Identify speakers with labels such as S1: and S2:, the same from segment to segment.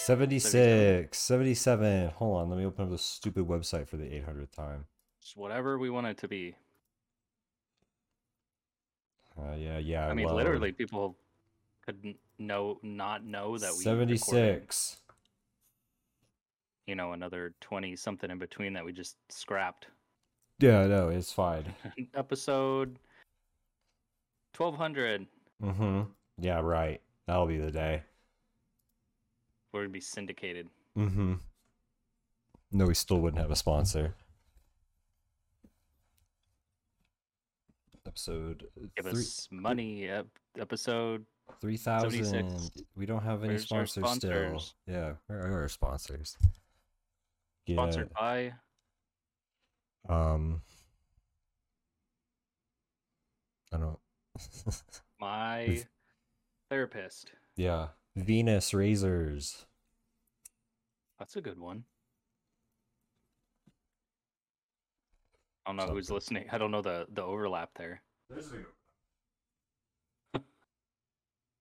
S1: 76, 77. Hold on, let me open up this stupid website for the 800th time.
S2: It's whatever we want it to be.
S1: Uh, yeah, yeah.
S2: I mean,
S1: well,
S2: literally, people could know not know that we recorded,
S1: 76.
S2: you know, another twenty something in between that we just scrapped.
S1: Yeah, no, it's fine.
S2: Episode twelve hundred.
S1: Mm-hmm. Yeah, right. That'll be the day.
S2: We're gonna be syndicated.
S1: Mm-hmm. No, we still wouldn't have a sponsor. Episode
S2: Give
S1: three-
S2: us money. Ep- episode
S1: 3000.
S2: 76.
S1: We don't have any
S2: Where's our
S1: sponsors, still.
S2: sponsors?
S1: Yeah, where are our sponsors? Yeah.
S2: sponsored by
S1: Um, I don't.
S2: my therapist.
S1: yeah, Venus Razors.
S2: That's a good one. I don't know who's
S1: Something.
S2: listening. I don't know the the overlap there. I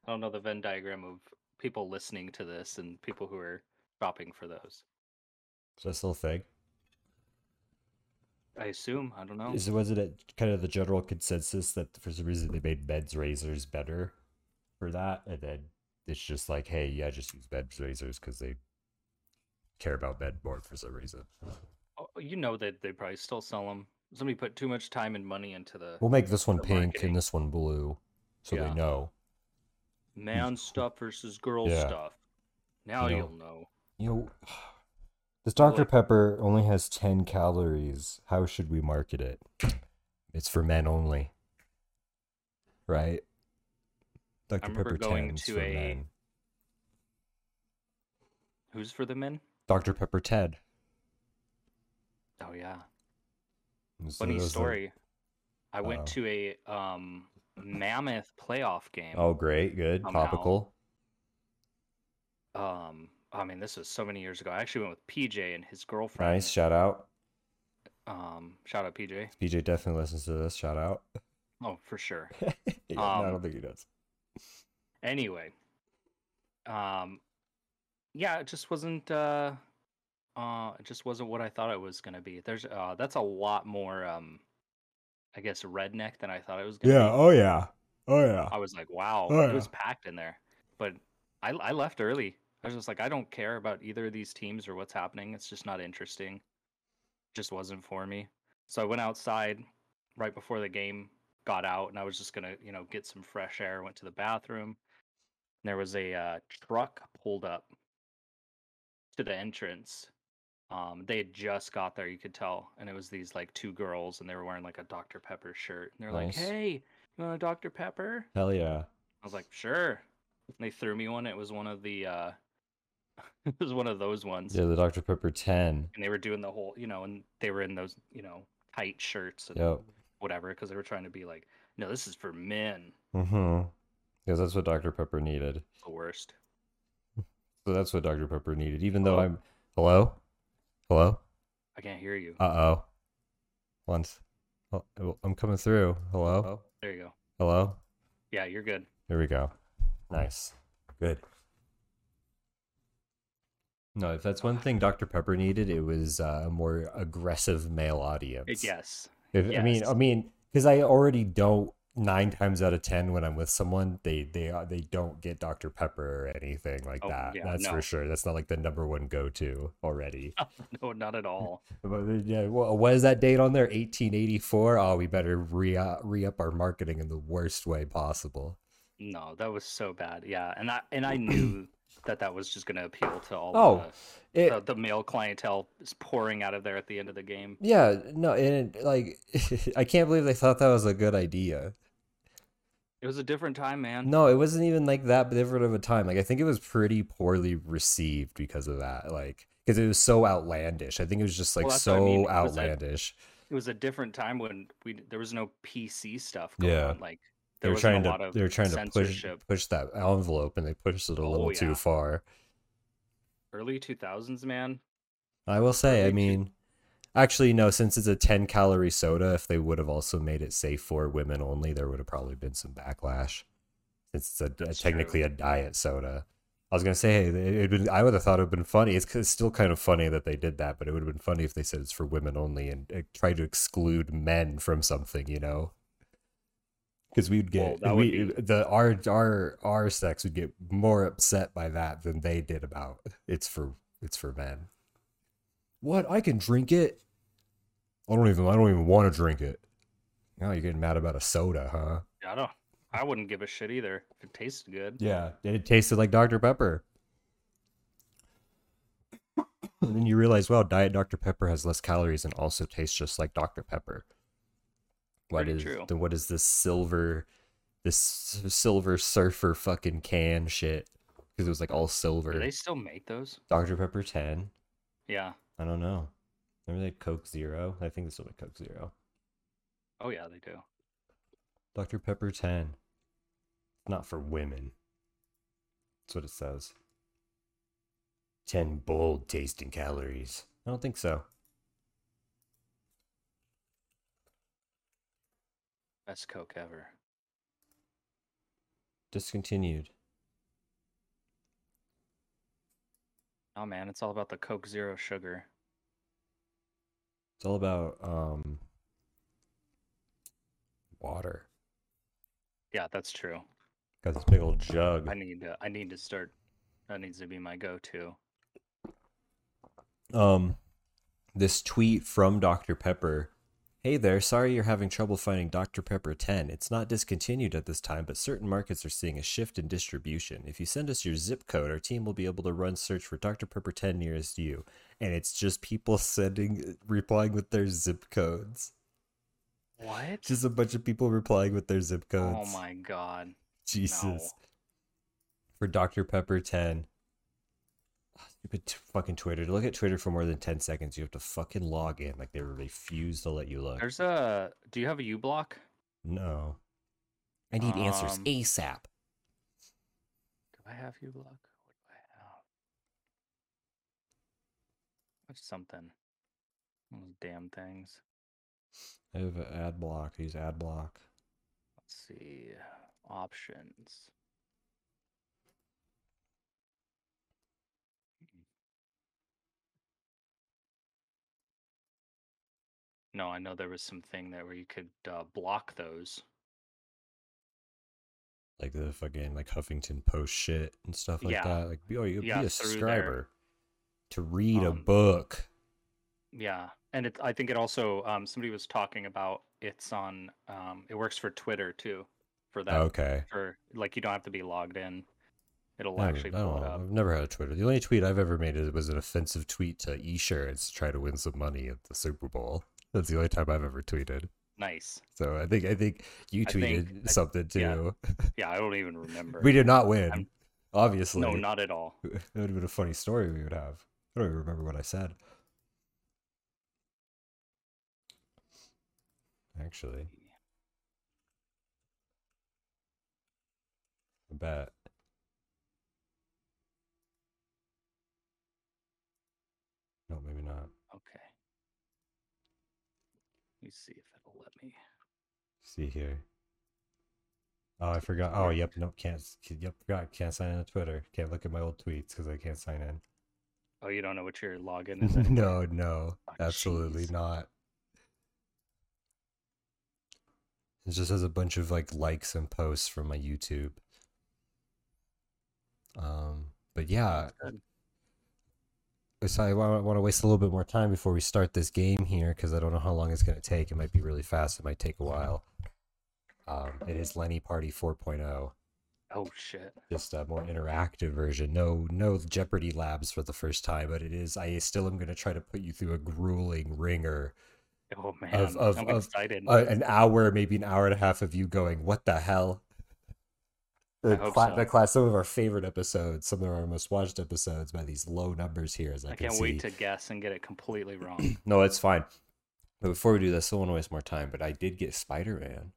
S2: don't know the Venn diagram of people listening to this and people who are shopping for those.
S1: Is that still a thing?
S2: I assume. I don't know.
S1: Is it was it a- kind of the general consensus that for some reason they made men's razors better for that, and then it's just like, hey, yeah, just use men's razors because they care about men more for some reason.
S2: Oh, You know that they probably still sell them. Somebody put too much time and money into the
S1: We'll make this one
S2: The
S1: pink
S2: marketing.
S1: and this one blue, so
S2: Yeah.
S1: they know.
S2: man stuff versus girl
S1: Yeah.
S2: stuff. Now
S1: You know.
S2: you'll know.
S1: You know, this Dr.
S2: Look.
S1: Pepper only has 10 calories. How should we market it? It's for men only. Right? Dr.
S2: remember
S1: Pepper
S2: going
S1: 10's
S2: to
S1: for
S2: a-
S1: men.
S2: Who's for the men?
S1: Dr. Pepper Ted.
S2: Oh yeah.
S1: And so
S2: Funny
S1: those are-
S2: story. I went
S1: Oh.
S2: to a um mammoth playoff game.
S1: Oh, great. Good.
S2: Somehow.
S1: Topical.
S2: Um I mean this was so many years ago. I actually went with PJ and his girlfriend.
S1: Nice. Shout out.
S2: Um shout out PJ.
S1: PJ definitely listens to this. Shout out.
S2: Oh, for sure.
S1: Yeah, no, I
S2: Um,
S1: don't think he does.
S2: anyway um yeah it just wasn't uh uh it just wasn't what i thought it was gonna be there's uh that's a lot more um i guess redneck than i thought it was gonna
S1: Yeah.
S2: be
S1: Oh, yeah. Oh, yeah.
S2: i was like wow
S1: Oh,
S2: it was
S1: yeah.
S2: packed in there but I, I left early i was just like i don't care about either of these teams or what's happening it's just not interesting just wasn't for me so i went outside right before the game got out and i was just gonna you know get some fresh air went to the bathroom and there was a uh, truck pulled up to the entrance um, they had just got there you could tell and it was these like two girls and they were wearing like a dr pepper shirt and they're
S1: Nice.
S2: like hey you want a dr pepper
S1: Hell yeah.
S2: I was like, sure. And they threw me one. It was one of the uh it was one of those ones.
S1: Yeah, the Dr. Pepper 10.
S2: And they were doing the whole, you know, and they were in those, you know, tight shirts and
S1: Yep.
S2: whatever cuz they were trying to be like, no, this is for men.
S1: Mm-hmm. Because that's what Dr. Pepper needed.
S2: The worst.
S1: So that's what Dr. Pepper needed, even though
S2: Hello?
S1: I'm. Hello? Hello?
S2: I can't hear you.
S1: Uh oh. Once. Oh, I'm coming through. Hello?
S2: there you go.
S1: Hello?
S2: Yeah, you're good.
S1: Here we go. Nice. Good. No, if that's one thing Dr. Pepper needed, it was uh, a more aggressive male
S2: It-
S1: audience.
S2: yes.
S1: If, I mean,
S2: Yes.
S1: I mean, because I already don't nine times out of ten when I'm with someone, they they uh, they don't get Dr Pepper or anything like
S2: Oh,
S1: that.
S2: yeah,
S1: That's
S2: no.
S1: for sure. That's not like the number one go to already.
S2: No, not at all.
S1: But then, yeah, wha- what is that date on there? 1884. Oh, we better re uh, re up our marketing in the worst way possible.
S2: No, that was so bad. Yeah, and I and I knew that that was just going to appeal to all
S1: Oh,
S2: of the,
S1: It,
S2: the, the male clientele is pouring out of there at the end of the game.
S1: yeah, no, and it, like I can't believe they thought that was a good idea.
S2: It was a different time, man.
S1: No, it wasn't even like that different of a time. Like I think it was pretty poorly received because of that. Like because it was so outlandish. I think it was just like
S2: Well, that's what I
S1: so
S2: mean. It was a-
S1: outlandish.
S2: it was a different time when we there was no PC stuff going
S1: Yeah.
S2: on. Like
S1: They
S2: there
S1: were
S2: was a
S1: trying
S2: lot
S1: to
S2: of
S1: they were trying to push
S2: censorship.
S1: push that envelope and they pushed it a
S2: Oh,
S1: little
S2: yeah.
S1: too far.
S2: Early two thousands, man.
S1: I will say, I
S2: Early two-
S1: mean, actually no, since it's a 10 calorie soda, if they would have also made it safe for women only, there would have probably been some backlash since it's a,
S2: That's true.
S1: technically a diet soda. I was gonna say, hey, it it'd been, I would have thought it would have been funny. It's, it's still kind of funny that they did that, but it would have been funny if they said it's for women only and uh, try to exclude men from something, you know? Because we'd
S2: Well,
S1: get
S2: that would
S1: we, the our our our sex would get more upset by that than they did about it's for it's for men. What I can drink it? I don't even I don't even want to drink it. Now you're getting mad about a soda, huh?
S2: I don't. I wouldn't give a shit either if it tasted good.
S1: Yeah, and it tasted like Dr. Pepper. and then you realize, wow, Diet Dr. Pepper has less calories and also tastes just like Dr. Pepper. What
S2: Pretty
S1: is
S2: true.
S1: then what is this silver this s- silver surfer fucking can shit? Because it was like all silver.
S2: Do they still make those?
S1: Dr. Pepper 10.
S2: Yeah.
S1: I don't know. Remember they had Coke Zero? I think this will be Coke Zero.
S2: Oh yeah, they do.
S1: Dr. Pepper 10. Not for women. That's what it says. 10 bold tasting calories. I don't think so.
S2: Best Coke ever.
S1: Discontinued.
S2: Oh man, it's all about the Coke Zero sugar.
S1: It's all about um water.
S2: Yeah, that's true.
S1: Got this big old jug.
S2: I need to. I need to start. That needs to be my go-to.
S1: um this tweet from Dr. Pepper. Hey there, sorry you're having trouble finding Dr. Pepper 10. It's not discontinued at this time, but certain markets are seeing a shift in distribution. If you send us your zip code, our team will be able to run search for Dr. Pepper 10 nearest you. And it's just people sending replying with their zip codes.
S2: What?
S1: Just a bunch of people replying with their zip codes.
S2: oh my god.
S1: Jesus.
S2: No.
S1: For Dr. Pepper 10. Ah, Stupid t- fucking Twitter. To look at Twitter for more than 10 seconds, you have to fucking log in. Like they refuse to let you look.
S2: There's a. Do you have a U block?
S1: No. I need answers
S2: Um,
S1: ASAP.
S2: Do I have U block? What do I have? There's something. Those damn things.
S1: I have an ad block. I use ad block.
S2: Let's see. Options. Hmm. No, I know there was something there where you could uh, block those.
S1: Like the fucking like Huffington Post shit and stuff like
S2: Yeah.
S1: that. Like, oh, you
S2: Yeah,
S1: be a
S2: through there.
S1: subscriber to read a
S2: Um,
S1: book.
S2: Yeah, and it, I think it also um, somebody was talking about it's on. Um, it works for Twitter too, for that.
S1: Okay.
S2: For like, you don't have to be logged in. It'll
S1: I
S2: actually
S1: don't- I
S2: pull
S1: don't
S2: it
S1: know.
S2: up.
S1: I've never had a Twitter. The only tweet I've ever made is- was an offensive tweet to eShares to try to win some money at the Super Bowl. That's the only time I've ever tweeted.
S2: Nice.
S1: So I think I think you
S2: I
S1: tweeted
S2: think- I-
S1: something
S2: yeah,
S1: too.
S2: Yeah, I don't even remember.
S1: we did not win,
S2: I'm-
S1: obviously.
S2: no, not at all.
S1: That would have been a funny story we would have. I don't even remember what I said. Actually, I bet. No, maybe not.
S2: Okay. Let me see if it'll let me.
S1: See here. Oh, I forgot. Oh, yep. Nope. Can't. s- Yep. Forgot. Can't sign in to Twitter. Can't look at my old tweets because I can't sign in.
S2: Oh, you don't know what your login is. anyway.
S1: no, no,
S2: Oh,
S1: absolutely
S2: jeez.
S1: not. It just has a bunch of like likes and posts from my YouTube. Um, but yeah,
S2: Good.
S1: so I want to waste a little bit more time before we start this game here because I don't know how long it's going to take. It might be really fast. It might take a while. Um, it is Lenny Party 4.0
S2: Oh shit.
S1: just a more interactive version. No, no Jeopardy labs for the first time, but it is. I still am going to try to put you through a grueling ringer,
S2: Oh man.
S1: of-
S2: I'm
S1: of-
S2: excited.
S1: uh, an hour, maybe an hour and a half of you going, "What the hell." The,
S2: hope
S1: cla-
S2: so.
S1: the class, some of our favorite episodes, some of our most watched episodes by these low numbers here. As I,
S2: I
S1: can
S2: can't
S1: see.
S2: wait to guess and get it completely wrong.
S1: No, it's fine. But before we do this, I don't want to waste more time. But I did get Spider Man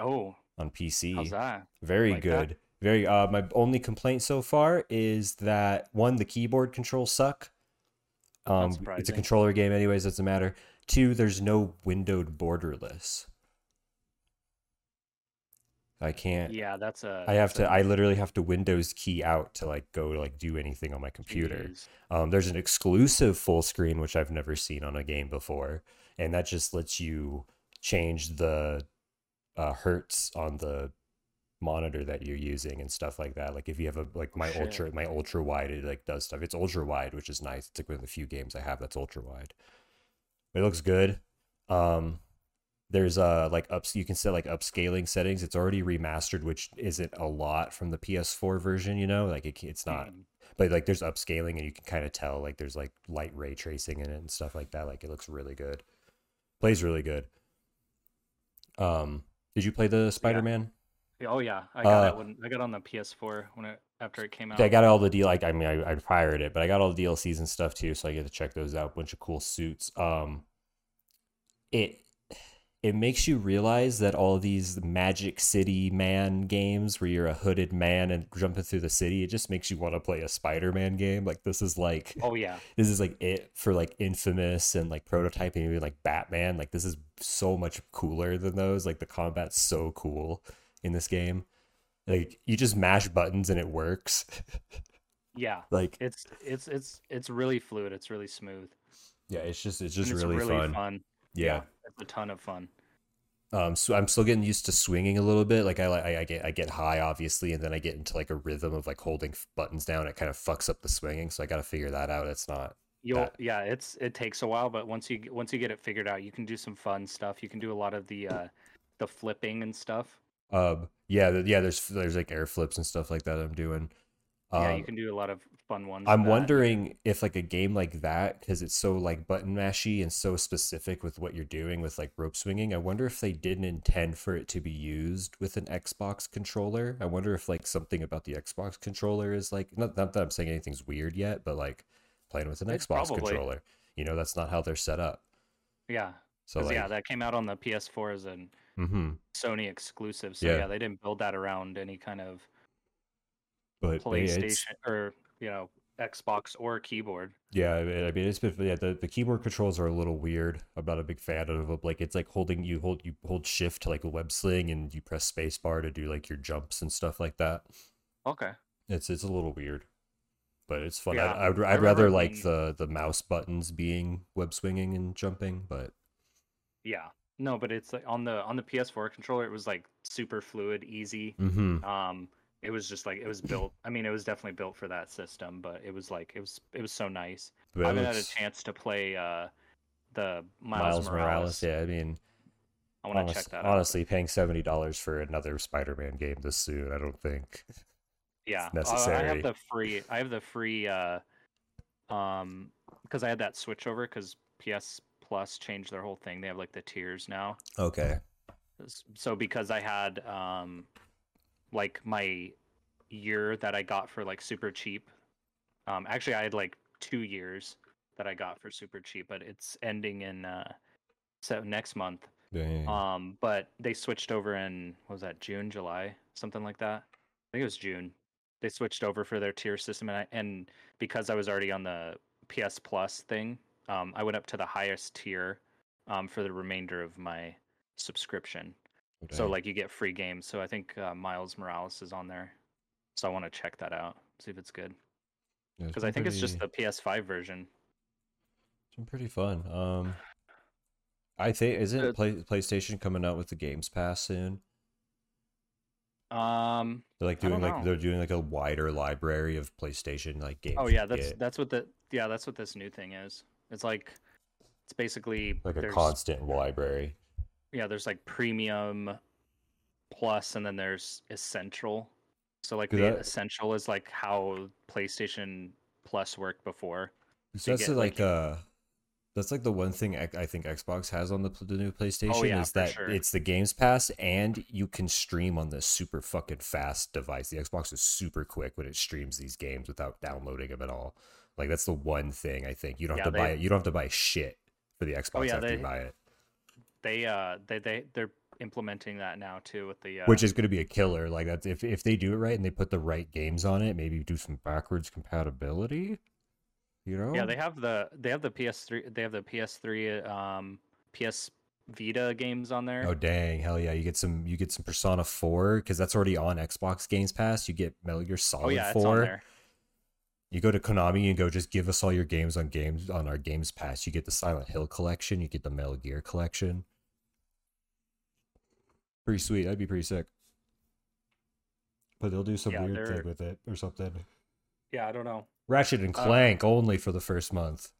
S2: oh,
S1: on PC.
S2: how's that?
S1: Very
S2: Like that?
S1: good. Very. Uh, my only complaint so far is that one, the keyboard controls suck. Um, it's a
S2: surprising.
S1: controller game, anyways. Doesn't matter. Two, there's no windowed borderless. I can't.
S2: Yeah, that's a.
S1: I have
S2: that's
S1: to.
S2: a
S1: I literally have to Windows key out to like go like do anything on my computer.
S2: Jeez.
S1: Um, there's an exclusive full screen which I've never seen on a game before, and that just lets you change the uh, hertz on the monitor that you're using and stuff like that. Like if you have a like my
S2: shit.
S1: ultra my ultra wide, it like does stuff. It's ultra wide, which is nice. It's like one of the few games I have that's ultra wide. It looks good. Um, there's uh like ups you can set like upscaling settings. It's already remastered, which isn't a lot from the PS4 version. You know, like it, it's not
S2: Mm.
S1: but like there's upscaling and you can kind of tell like there's like light ray tracing in it and stuff like that like it looks really good plays really good um did you play the spider-man
S2: Yeah, Oh yeah, I got
S1: Uh,
S2: it when I got on the PS4 when it after it came out.
S1: i got all the deal like i mean I, I pirated it but i got all the dlcs and stuff too so i get to check those out bunch of cool suits um it it makes you realize that all these magic city man games where you're a hooded man and jumping through the city it just makes you want to play a spider-man game like this is like
S2: Oh yeah,
S1: this is like it for like infamous and like prototyping even like batman like this is so much cooler than those like the combat's so cool in this game like you just mash buttons and it works
S2: yeah.
S1: like
S2: It's it's it's it's really fluid. It's really smooth.
S1: yeah it's just it's
S2: and
S1: just
S2: it's
S1: really, fun, yeah
S2: it's a ton of fun.
S1: um so i'm still getting used to swinging a little bit like i like i get i get high obviously and then i get into like a rhythm of like holding f- buttons down it kind of fucks up the swinging so i gotta figure that out it's not
S2: You'll
S1: that.
S2: yeah, it's it takes a while, but once you g- once you get it figured out, you can do some fun stuff. You can do a lot of the uh the flipping and stuff.
S1: um yeah th- yeah there's there's like air flips and stuff like that i'm doing
S2: yeah,
S1: Um,
S2: you can do a lot of fun ones.
S1: I'm
S2: with that.
S1: wondering if like a game like that, because it's so like button mashy and so specific with what you're doing with like rope swinging. I wonder if they didn't intend for it to be used with an Xbox controller. I wonder if like something about the Xbox controller is like not, not that I'm saying anything's weird yet, but like playing with an
S2: It's
S1: Xbox
S2: probably.
S1: controller. You know, that's not how they're set up.
S2: Yeah,
S1: So
S2: 'cause,
S1: like,
S2: yeah, that came out on the PS4 as an
S1: hmm
S2: Sony exclusive. So
S1: Yeah.
S2: yeah, they didn't build that around any kind of
S1: but they- it's-
S2: PlayStation or you know Xbox or keyboard.
S1: Yeah, I mean, I mean, it's been yeah, the, the keyboard controls are a little weird. I'm not a big fan of them. Like it's like holding you hold you hold shift to like a web sling and you press space bar to do like your jumps and stuff like that.
S2: Okay.
S1: It's it's a little weird, but it's fun.
S2: Yeah,
S1: I, I would
S2: I
S1: I'd rather
S2: remember
S1: like
S2: being-
S1: the the mouse buttons being web swinging and jumping, but
S2: Yeah. No, but it's like on the on the PS4 controller, it was like super fluid, easy.
S1: mm-hmm.
S2: Um, it was just like it was built. I mean, it was definitely built for that system, but it was like it was it was so nice.
S1: but
S2: I
S1: it
S2: haven't had a
S1: looks-
S2: chance to play uh the Miles,
S1: Miles Morales.
S2: Morales.
S1: Yeah, I mean,
S2: I want to
S1: honest-
S2: check that out.
S1: honestly, paying seventy dollars for another Spider-Man game this soon, I don't think.
S2: Yeah,
S1: it's
S2: uh, I
S1: necessary.
S2: have the free. I have the free. uh Um, because I had that switch over because PS Plus changed their whole thing. They have like the tiers now.
S1: Okay.
S2: S- so because I had um like my year that I got for like super cheap. Um actually I had like 2 years that I got for super cheap, but it's ending in uh so next month.
S1: Dang.
S2: Um but they switched over in what was that June, July, something like that. I think it was June. They switched over for their tier system and I, and because I was already on the PS Plus thing, um I went up to the highest tier um for the remainder of my subscription. So
S1: Dang.
S2: like you get free games. So I think uh, Miles Morales is on there. So I want to check that out, see if it's good.
S1: Yeah,
S2: Because
S1: been
S2: I think it's just
S1: pretty-
S2: the PS5 version.
S1: It's been pretty fun. Um, I think isn't
S2: Uh,
S1: Play, PlayStation coming out with the Games Pass soon?
S2: Um.
S1: They're like
S2: I
S1: doing
S2: don't
S1: like
S2: know.
S1: they're doing like a wider library of PlayStation like games.
S2: Oh
S1: you
S2: yeah,
S1: can
S2: that's
S1: get.
S2: that's what the yeah that's what this new thing is. It's like it's basically
S1: like a
S2: there's-
S1: constant library.
S2: Yeah, there's like premium, plus, and then there's essential. So like
S1: Do
S2: the
S1: that-
S2: essential is like how PlayStation Plus worked before.
S1: So
S2: you
S1: that's
S2: get,
S1: like,
S2: like, you-
S1: uh, that's like the one thing I, I think Xbox has on the, pl- the new PlayStation
S2: Oh, yeah,
S1: is
S2: for
S1: that
S2: sure.
S1: it's the Games Pass and you can stream on this super fucking fast device. The Xbox is super quick when it streams these games without downloading them at all. Like that's the one thing I think you don't have
S2: Yeah,
S1: to buy
S2: they- Oh,
S1: it. You don't have to buy shit for the Xbox
S2: yeah,
S1: after you
S2: they-
S1: buy it.
S2: They uh they they they're implementing that now too with the uh,
S1: which is going to be a killer. Like that's if if they do it right and they put the right games on it, maybe do some backwards compatibility. You know?
S2: Yeah, they have the they have the PS3 they have the PS3 um PS Vita games on there.
S1: Oh dang, hell yeah! You get some, you get some Persona Four because that's already on Xbox Games Pass. You get Metal Gear Solid
S2: oh yeah, it's on
S1: Four.
S2: there.
S1: You go to Konami and go, just give us all your games on games on our Games Pass. You get the Silent Hill collection. You get the Metal Gear collection. Pretty sweet. That'd be pretty sick. But they'll do some
S2: Yeah,
S1: weird
S2: they're-
S1: thing with it or something.
S2: Yeah, I don't know.
S1: Ratchet and
S2: Uh,
S1: Clank only for the first month.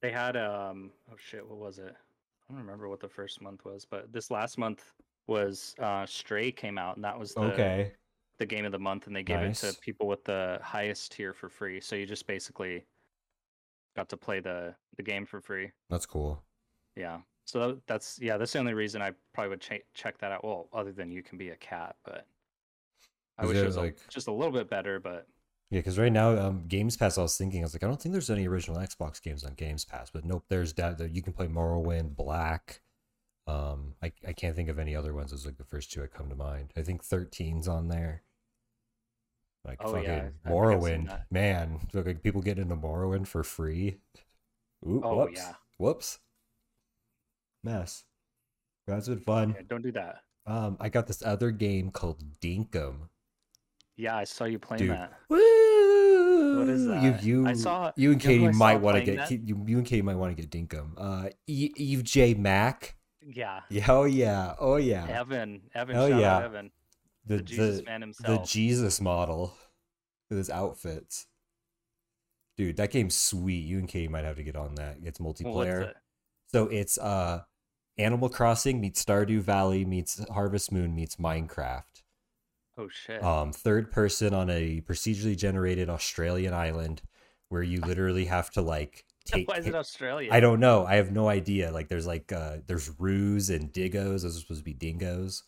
S2: They had um oh shit, what was it? I don't remember what the first month was, but this last month was uh Stray came out and that was the
S1: Okay.
S2: the game of the month and they gave it
S1: Nice.
S2: to people with the highest tier for free. So you just basically got to play the the game for free.
S1: That's cool.
S2: Yeah. So tha- that's yeah, that's the only reason I probably would ch- check that out. Well, other than you can be a cat, but I
S1: Is
S2: wish
S1: it,
S2: it was a-
S1: like-
S2: just a little bit better, but
S1: Yeah, because right now, um, Games Pass. I was thinking, I was like, I don't think there's any original Xbox games on Games Pass, but nope, there's that. that you can play Morrowind, Black. Um, I I can't think of any other ones. Those are, like the first two that come to mind. I think 13's on there. Like
S2: Oh,
S1: fucking
S2: yeah, I- I think I've seen
S1: Morrowind,
S2: that.
S1: man. So, like people get into Morrowind for free. Ooh,
S2: Oh,
S1: whoops,
S2: yeah.
S1: whoops. Mess. That's been fun.
S2: yeah, don't do that.
S1: Um, I got this other game called Dinkum.
S2: Yeah, I saw you playing
S1: Dude,
S2: that.
S1: Woo!
S2: is that?
S1: You, you,
S2: I saw-
S1: you and
S2: you know who
S1: Katie
S2: I saw
S1: might want to
S2: playing
S1: get
S2: that?
S1: you, you and Katie might want to get Dinkum. Uh, E- Eve J Mac.
S2: Yeah.
S1: Yeah, Oh yeah, oh yeah.
S2: Evan, Evan,
S1: Hell
S2: shout out
S1: yeah.
S2: Evan,
S1: the
S2: the, Jesus
S1: the,
S2: man
S1: the
S2: himself.
S1: Jesus model with his outfits. Dude, that game's sweet. You and Katie might have to get on that. It's
S2: Well, what's
S1: multiplayer.
S2: it?
S1: so it's uh, Animal Crossing meets Stardew Valley meets Harvest Moon meets Minecraft.
S2: Oh shit!
S1: um, third person on a procedurally generated Australian island where you literally have to like take.
S2: Why is it Australia?
S1: I don't know. I have no idea. Like there's like uh, there's roos and digos. Those are supposed to be dingoes,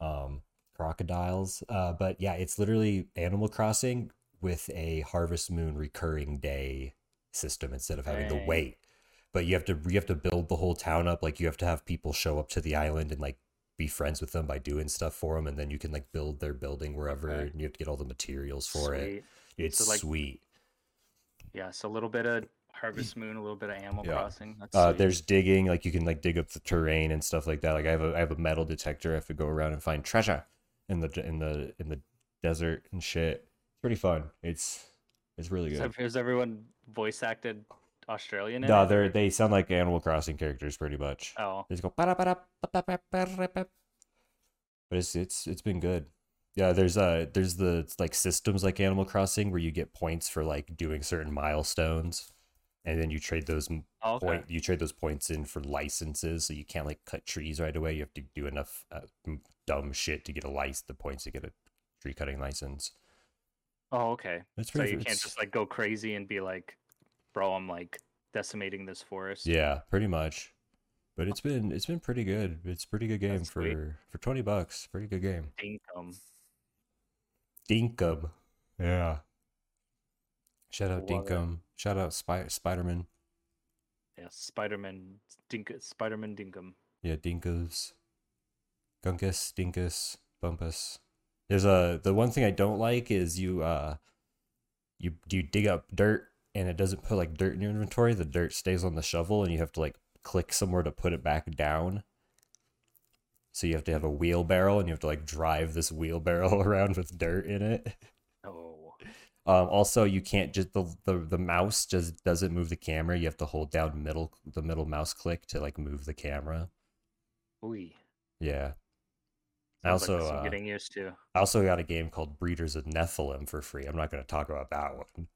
S1: um, crocodiles. Uh, but yeah, it's literally Animal Crossing with a Harvest Moon recurring day system instead of having to
S2: Dang.
S1: wait. But you have to you have to build the whole town up. Like you have to have people show up to the island and like be friends with them by doing stuff for them, and then you can like build their building wherever.
S2: Okay.
S1: And you have to get all the materials for it.
S2: Sweet.
S1: It's
S2: So, like,
S1: sweet.
S2: Yeah, so a little bit of Harvest Moon, a little bit of Animal
S1: Yeah.
S2: Crossing. That's
S1: Uh,
S2: sweet.
S1: there's digging, like you can like dig up the terrain and stuff like that. Like I have a I have a metal detector. I have to go around and find treasure in the in the in the desert and shit. It's pretty fun. It's it's really
S2: Is
S1: good.
S2: ev- is everyone voice acted Australian? in
S1: No,
S2: it?
S1: they they sound like Animal Crossing characters pretty much.
S2: Oh,
S1: They just go "Para, para, pa, pa, pa, pa, pa." But it's it's it's been good. Yeah, there's uh there's the like systems like Animal Crossing where you get points for like doing certain milestones, and then you trade those m-
S2: oh, okay.
S1: point you trade those points in for licenses so you can't like cut trees right away you have to do enough uh, m- dumb shit to get a license the points to get a tree cutting license
S2: Oh, okay.
S1: that's
S2: So
S1: pretty
S2: you can't
S1: it's-
S2: just like go crazy and be like, bro, I'm like decimating this forest.
S1: yeah pretty much but it's been it's been pretty good it's a pretty good game
S2: That's
S1: for
S2: sweet.
S1: for 20 bucks pretty good game
S2: Dinkum.
S1: dinkum yeah shout out
S2: Love it.
S1: dinkum shout out Spy- spider-man
S2: Yeah, Spider-Man. Dink- Spider-Man Dinkum.
S1: Yeah, Dinkus. Gunkus, Dinkus, Bumpus. There's a the one thing I don't like is you uh you you dig up dirt and it doesn't put like dirt in your inventory. The dirt stays on the shovel and you have to like click somewhere to put it back down. So you have to have a wheelbarrow and you have to like drive this wheelbarrow around with dirt in it.
S2: Oh,
S1: Um, also, you can't just the, the the mouse just doesn't move the camera. You have to hold down middle the middle mouse click to like move the camera.
S2: we.
S1: Yeah. I also uh,
S2: getting used to.
S1: I also got a game called Breeders of Nephilim for free. I'm not going to talk about that one.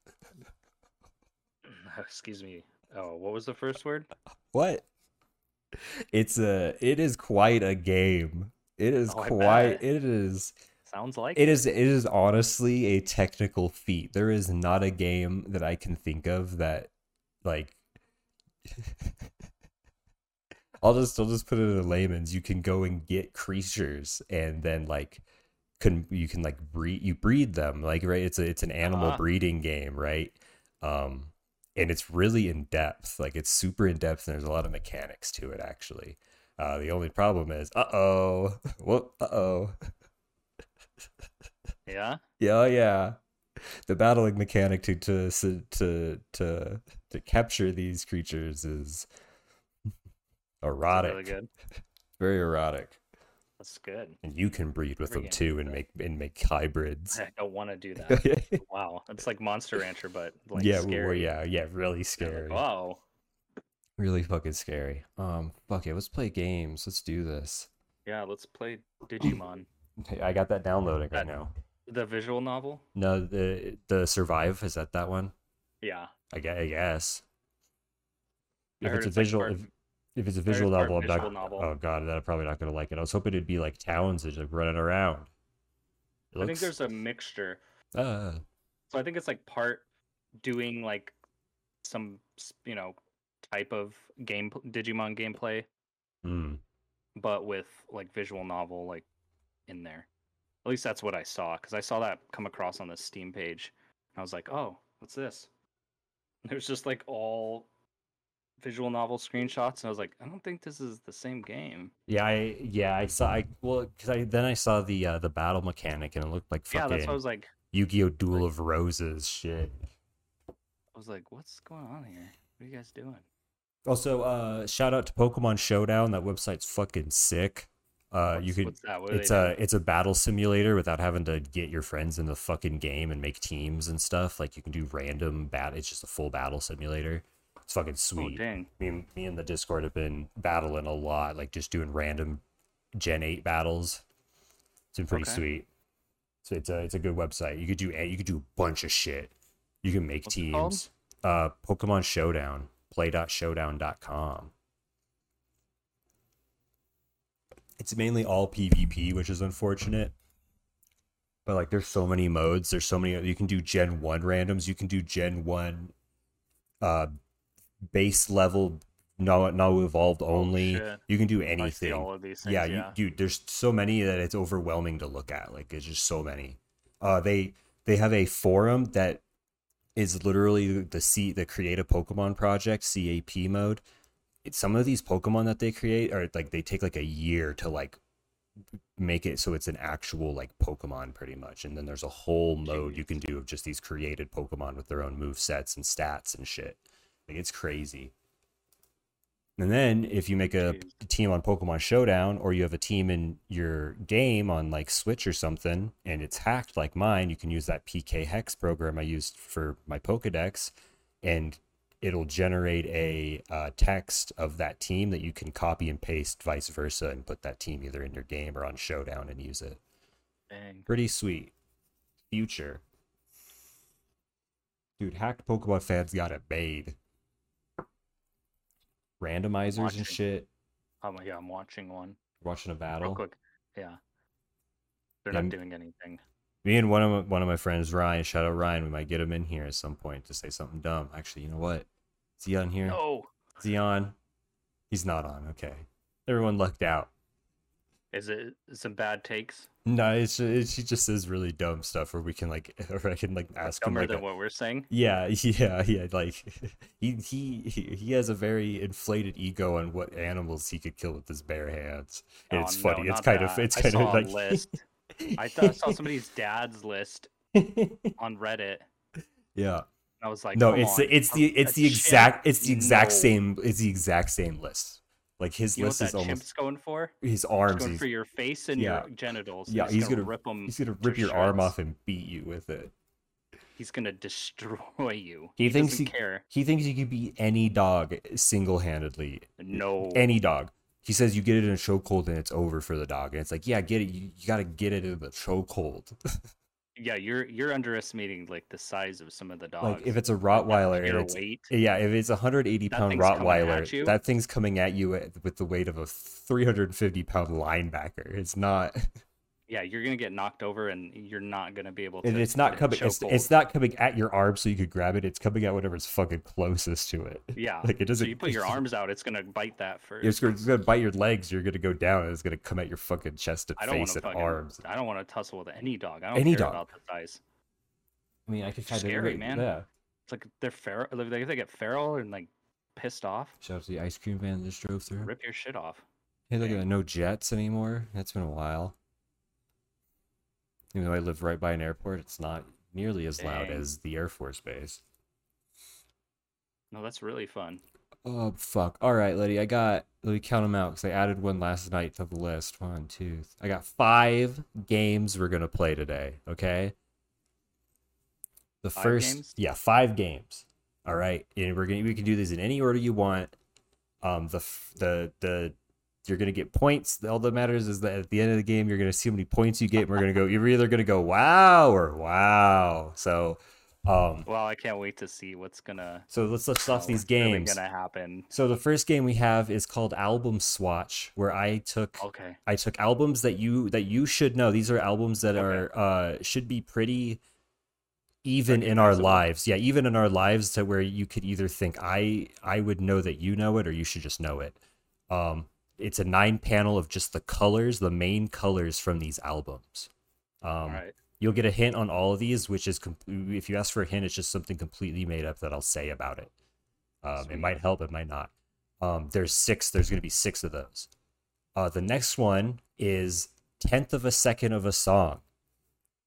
S2: Excuse me. Oh, what was the first word?
S1: What? It's a it is quite a game. It is
S2: Oh, I
S1: quite
S2: bet.
S1: it is
S2: Sounds like
S1: it is it is honestly a technical feat. There is not a game that I can think of that like I'll just I'll just put it in layman's. You can go and get creatures and then like can you can like breed you breed them like right it's a it's an animal
S2: Uh-huh.
S1: breeding game right um and it's really in depth like it's super in depth and there's a lot of mechanics to it actually uh the only problem is uh-oh whoop uh-oh
S2: Yeah.
S1: yeah, oh, yeah. The battling mechanic to to s- to to to capture these creatures is
S2: It's
S1: Erotic.
S2: Really good.
S1: Very erotic.
S2: That's good.
S1: And you can breed with them
S2: Friggin'
S1: too and make and make hybrids.
S2: I don't want to do that.
S1: yeah,
S2: Wow, it's like Monster Rancher, but like
S1: well,
S2: scary.
S1: yeah, yeah, really
S2: You're
S1: scary.
S2: Like, wow.
S1: Really fucking scary. Um, fuck it, let's play games. Let's do this.
S2: Yeah, let's play Digimon.
S1: Okay, I got that downloading right
S2: That-
S1: now.
S2: the visual novel?
S1: No, the the survive is that that one?
S2: Yeah.
S1: I guess. I guess.
S2: I
S1: If
S2: heard
S1: it's a
S2: it's, like,
S1: visual,
S2: part-
S1: if, if it's a
S2: heard it's
S1: visual
S2: part
S1: novel, I'm not.
S2: visual novel.
S1: Oh god, I'm probably not gonna like it. I was hoping it'd be like towns and just like running around. It
S2: I think
S1: looks,
S2: there's a mixture.
S1: uh,
S2: So I think it's like part doing like some, s- you know, type of game Digimon gameplay,
S1: mm,
S2: but with like visual novel like in there. At least that's what I saw because I saw that come across on the Steam page. And I was like, oh, what's this? There's just like all visual novel screenshots, and I was like, I don't think this is the same game.
S1: yeah, I yeah I saw I well because I then I saw the uh, the battle mechanic and it looked like
S2: yeah,
S1: fucking
S2: that's what I was like.
S1: Yu-Gi-Oh Duel of Roses shit.
S2: I was like, what's going on here? What are you guys doing?
S1: Also, uh, shout out to Pokemon Showdown. That website's fucking sick. Uh, you
S2: What's-
S1: could
S2: What's that? What do they
S1: it's uh,
S2: do?
S1: a it's a battle simulator without having to get your friends in the fucking game and make teams and stuff. Like you can do random bat. It's just a full battle simulator. It's fucking
S2: Oh,
S1: sweet.
S2: dang.
S1: me, and- me and the Discord have been battling a lot, like just doing random Gen Eight battles. It's been pretty
S2: Okay.
S1: sweet. So it's a it's a good website. You could do a- you could do a bunch of shit. You can make
S2: What's it called?
S1: teams. Uh, Pokemon Showdown play.showdown.com. It's mainly all PvP, which is unfortunate. But like, there's so many modes. There's so many. You can do Gen One randoms. You can do Gen One, uh, base level, no, no evolved only.
S2: Oh, shit.
S1: you can do
S2: I see
S1: anything.
S2: all of these things.
S1: yeah,
S2: Yeah,
S1: you, dude. There's so many that it's overwhelming to look at. Like, it's just so many. Uh, they they have a forum that is literally the C the Create a Pokemon Project CAP mode. It's, some of these Pokemon that they create are like they take like a year to like make it so it's an actual like Pokemon pretty much. And then there's a whole mode you can do of just these created Pokemon with their own move sets and stats and shit. Like it's crazy. And then if you make a p- team on Pokemon Showdown or you have a team in your game on like Switch or something and it's hacked like mine, you can use that PK Hex program I used for my Pokedex and it'll generate a uh, text of that team that you can copy and paste vice versa and put that team either in your game or on Showdown and use it.
S2: Dang.
S1: Pretty sweet. Future. Dude, hacked Pokemon fans got it made. Randomizers
S2: Watching.
S1: and shit.
S2: Um, yeah, I'm watching one
S1: Watching a battle.
S2: real quick. Yeah. They're
S1: Yeah, m-
S2: not doing anything.
S1: Me and one of my, one of my friends, Ryan. Shout out Ryan. We might get him in here at some point to say something dumb. Actually, you know what? Is he on here?
S2: No.
S1: Is he on? He's not on. Okay. Everyone lucked out.
S2: Is it some bad takes?
S1: No, it's ju- it, she just says really dumb stuff, or we can like, or I can like ask him
S2: Dumber
S1: like,
S2: than
S1: a-
S2: what we're saying?
S1: yeah, yeah, yeah. Like, he he he- he has a very inflated ego on what animals he could kill with his bare hands. And
S2: Oh,
S1: it's
S2: no,
S1: funny. it's
S2: not
S1: kind of
S2: that.
S1: it's
S2: I
S1: kind
S2: saw
S1: of
S2: a
S1: like
S2: list. I, th- I saw somebody's dad's list on Reddit.
S1: yeah.
S2: I was like,
S1: no,
S2: "Come
S1: it's the,
S2: on,
S1: it's the
S2: a
S1: it's the
S2: chimp.
S1: exact it's the exact
S2: No.
S1: same it's the exact same list. Like his
S2: You know what
S1: list
S2: that
S1: is almost
S2: chimp's going for?
S1: his
S2: He's
S1: arms.
S2: going
S1: he's-
S2: for your face and
S1: Yeah.
S2: your genitals.
S1: Yeah, he's
S2: gonna
S1: gonna-
S2: rip them.
S1: he's gonna
S2: to
S1: rip your arm
S2: shreds.
S1: off and beat you with it.
S2: He's gonna destroy you.
S1: He thinks
S2: doesn't
S1: he-
S2: care.
S1: He thinks you could beat any dog single handedly.
S2: No.
S1: Any dog. He says you get it in a chokehold and it's over for the dog. And it's like, yeah, get it. You, you got to get it in the chokehold.
S2: Yeah, you're you're underestimating like the size of some of the dogs.
S1: like if it's a
S2: Like, that
S1: Rottweiler and
S2: sheer
S1: it's.
S2: weight.
S1: Yeah, if it's a 180
S2: That
S1: pound
S2: thing's coming at
S1: Rottweiler,
S2: you.
S1: that thing's coming at you at- with the weight of a 350 pound linebacker. It's not,
S2: Yeah, you're gonna get knocked over, and you're not gonna be able to.
S1: and it's
S2: put
S1: not
S2: it in
S1: coming. It's, it's
S2: chokehold.
S1: not coming at your arm so you could grab it. It's coming at whatever's fucking closest to it.
S2: Yeah.
S1: Like it
S2: so
S1: doesn't.
S2: you put your arms out, it's gonna bite that first.
S1: It's gonna, it's gonna bite your legs. You're gonna go down, and it's gonna come at your fucking chest and
S2: I don't want
S1: face
S2: to
S1: and
S2: fucking.
S1: arms.
S2: I don't want to tussle with any dog. I don't
S1: Any
S2: care
S1: dog.
S2: about the size.
S1: I mean, I could
S2: kinda Scary, relate- man.
S1: Yeah.
S2: It's like they're feral. Like they- they get feral and like pissed off.
S1: Shout out to the ice cream van that just drove through.
S2: Rip your shit off.
S1: Hey, look at
S2: Dang.
S1: that. No jets anymore. That's been a while. Even though I live right by an airport, it's not nearly as loud
S2: Dang.
S1: as the Air Force Base.
S2: No, that's really fun.
S1: Oh fuck! All right, Letty, I got. Let me count them out because I added one last night to the list. One, two. th- I got five games we're gonna play today. Okay. The
S2: Five
S1: first,
S2: games?
S1: yeah, five games. All right, and we're gonna we can do these in any order you want. Um, the f- the the you're gonna get points. All that matters is that at the end of the game, you're gonna see how many points you get. And we're gonna go. You're either gonna go wow or wow. So, um,
S2: Well, I can't wait to see what's gonna
S1: so let's list
S2: uh,
S1: off these
S2: what's really
S1: games.
S2: gonna happen.
S1: So the first game we have is called Album Swatch, where I took
S2: Okay.
S1: I took albums that you that you should know. These are albums that
S2: Okay.
S1: are uh should be pretty even in our
S2: Recognizable.
S1: lives. Yeah, even in our lives to where you could either think I I would know that you know it or you should just know it. Um it's a nine panel of just the colors, the main colors from these albums. Um
S2: All right.
S1: you'll get a hint on all of these, which is com- if you ask for a hint, it's just something completely made up that I'll say about it. Um, it
S2: Sweet.
S1: might help, it might not. Um, there's six. There's going to be six of those. Uh, the next one is tenth of a second of a song.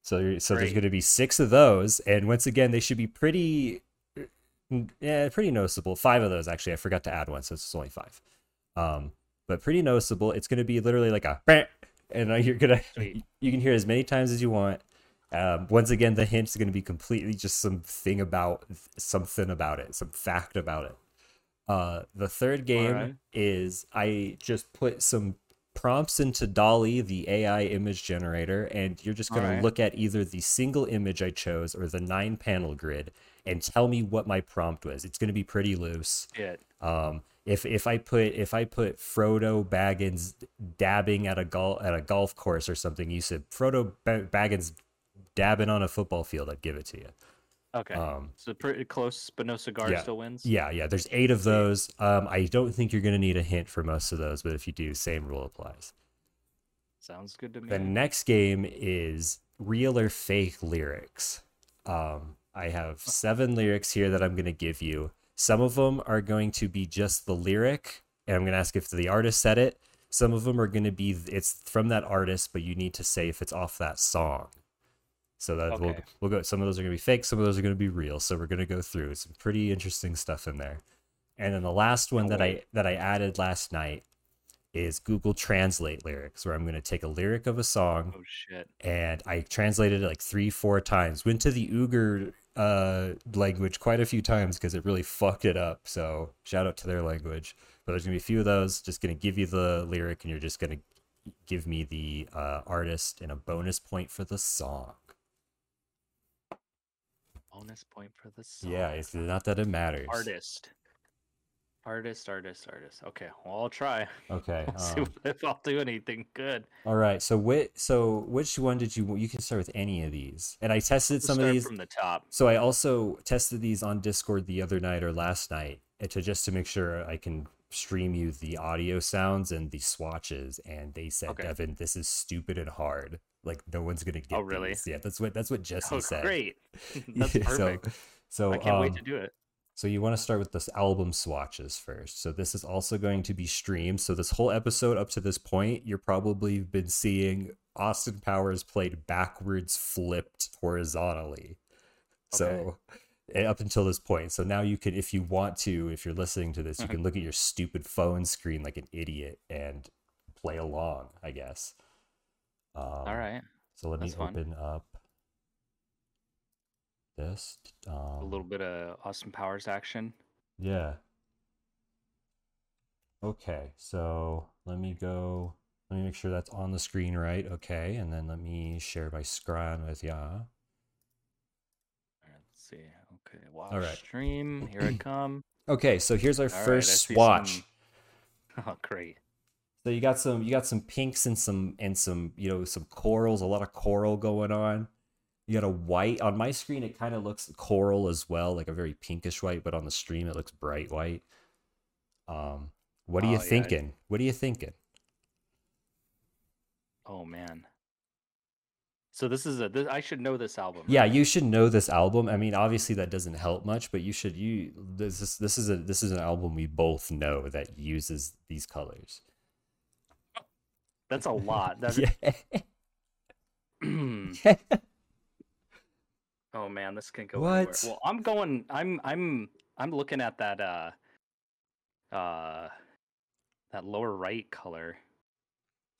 S1: So, there- so there's
S2: Great.
S1: going to be six of those, and once again, they should be pretty, yeah, pretty noticeable. Five of those actually. I forgot to add one, so it's only five. Um, but pretty noticeable. It's going to be literally like a, "Bah!" and uh, you're gonna,
S2: Sweet.
S1: you can hear it as many times as you want. Um, once again, the hint's going to be completely just something about something about it, some fact about it. Uh, the third game
S2: right.
S1: is I just put some prompts into Dolly, the AI image generator, and you're just
S2: All
S1: going to
S2: right.
S1: look at either the single image I chose or the nine panel grid and tell me what my prompt was. It's going to be pretty loose.
S2: Shit.
S1: Um, if if I put if I put Frodo Baggins dabbing at a gol- at a golf course or something, you said Frodo ba- Baggins dabbing on a football field, I'd give it to you.
S2: Okay.
S1: Um,
S2: so pretty close, but no cigar
S1: yeah,
S2: still wins.
S1: yeah, yeah. There's eight of those. Um, I don't think you're gonna need a hint for most of those, but if you do, same rule applies.
S2: Sounds good to me.
S1: The next game is real or fake lyrics. Um, I have seven lyrics here that I'm going to give you. Some of them are going to be just the lyric, and I'm going to ask if the artist said it. Some of them are going to be it's from that artist, but you need to say if it's off that song. So that we'll,
S2: Okay.
S1: we'll go. Some of those are going to be fake. Some of those are going to be real. So we're going to go through some pretty interesting stuff in there. And then the last one
S2: Can't
S1: that I
S2: wait.
S1: that I added last night is Google Translate lyrics, where I'm going to take a lyric of a song
S2: oh shit.
S1: and I translated it like three, four times. Went to the Uyghur uh, language quite a few times because it really fucked it up. So shout out to their language. But there's gonna be a few of those. Just gonna give you the lyric, and you're just gonna give me the uh, artist and a bonus point for the song.
S2: Bonus point for the song.
S1: Yeah, it's not that it matters.
S2: Artist. Artist, artist, artist. Okay, well, I'll try.
S1: Okay.
S2: I'll see
S1: um,
S2: if I'll do anything good.
S1: all right. So what? So which one did you? You can start with any of these. And I tested
S2: Let's
S1: some of
S2: start
S1: these.
S2: from the top.
S1: So I also tested these on Discord the other night or last night uh, to just to make sure I can stream you the audio sounds and the swatches. And they said,
S2: Okay.
S1: Devin, this is stupid and hard. Like no one's gonna get.
S2: Oh, really?
S1: these." Yeah, that's what that's what Jesse
S2: Oh,
S1: said.
S2: great. That's
S1: Yeah,
S2: perfect.
S1: So, so
S2: I can't wait
S1: um,
S2: to do it.
S1: so you want to start with this album swatches first. So this is also going to be streamed. So this whole episode up to this point, you're probably been seeing Austin Powers played backwards, flipped horizontally. So eh, up until this point. So now you can, if you want to, if you're listening to
S2: Mm-hmm.
S1: this, you can look at your stupid phone screen like an idiot and play along, I guess. Um,
S2: All right.
S1: So let me
S2: that's fun.
S1: open up this. Um,
S2: A little bit of Austin Powers action.
S1: yeah. Okay, so let me go. Let me make sure that's on the screen right. Okay, and then let me share my screen with ya.
S2: All right, let's see. Okay, watch
S1: right.
S2: stream. Here I come.
S1: Okay, so here's our
S2: All right, I
S1: first
S2: see
S1: swatch.
S2: some- Oh, great.
S1: So you got some you got some pinks and some and some, you know, some corals, a lot of coral going on. You got a white on my screen it kind of looks coral as well, like a very pinkish white, but on the stream it looks bright white. Um what are
S2: Oh,
S1: you
S2: yeah, it-
S1: thinking? What are you thinking?
S2: Oh man. So this is a. This, I should know this album.
S1: yeah
S2: right?
S1: you should know this album i mean obviously that doesn't help much but you should you this is this is a this is an album we both know that uses these colors
S2: That's a lot. That's,
S1: yeah.
S2: Hmm. oh man, this can go
S1: What?
S2: anywhere. Well, I'm going. I'm. I'm. I'm looking at that. uh uh that lower right color.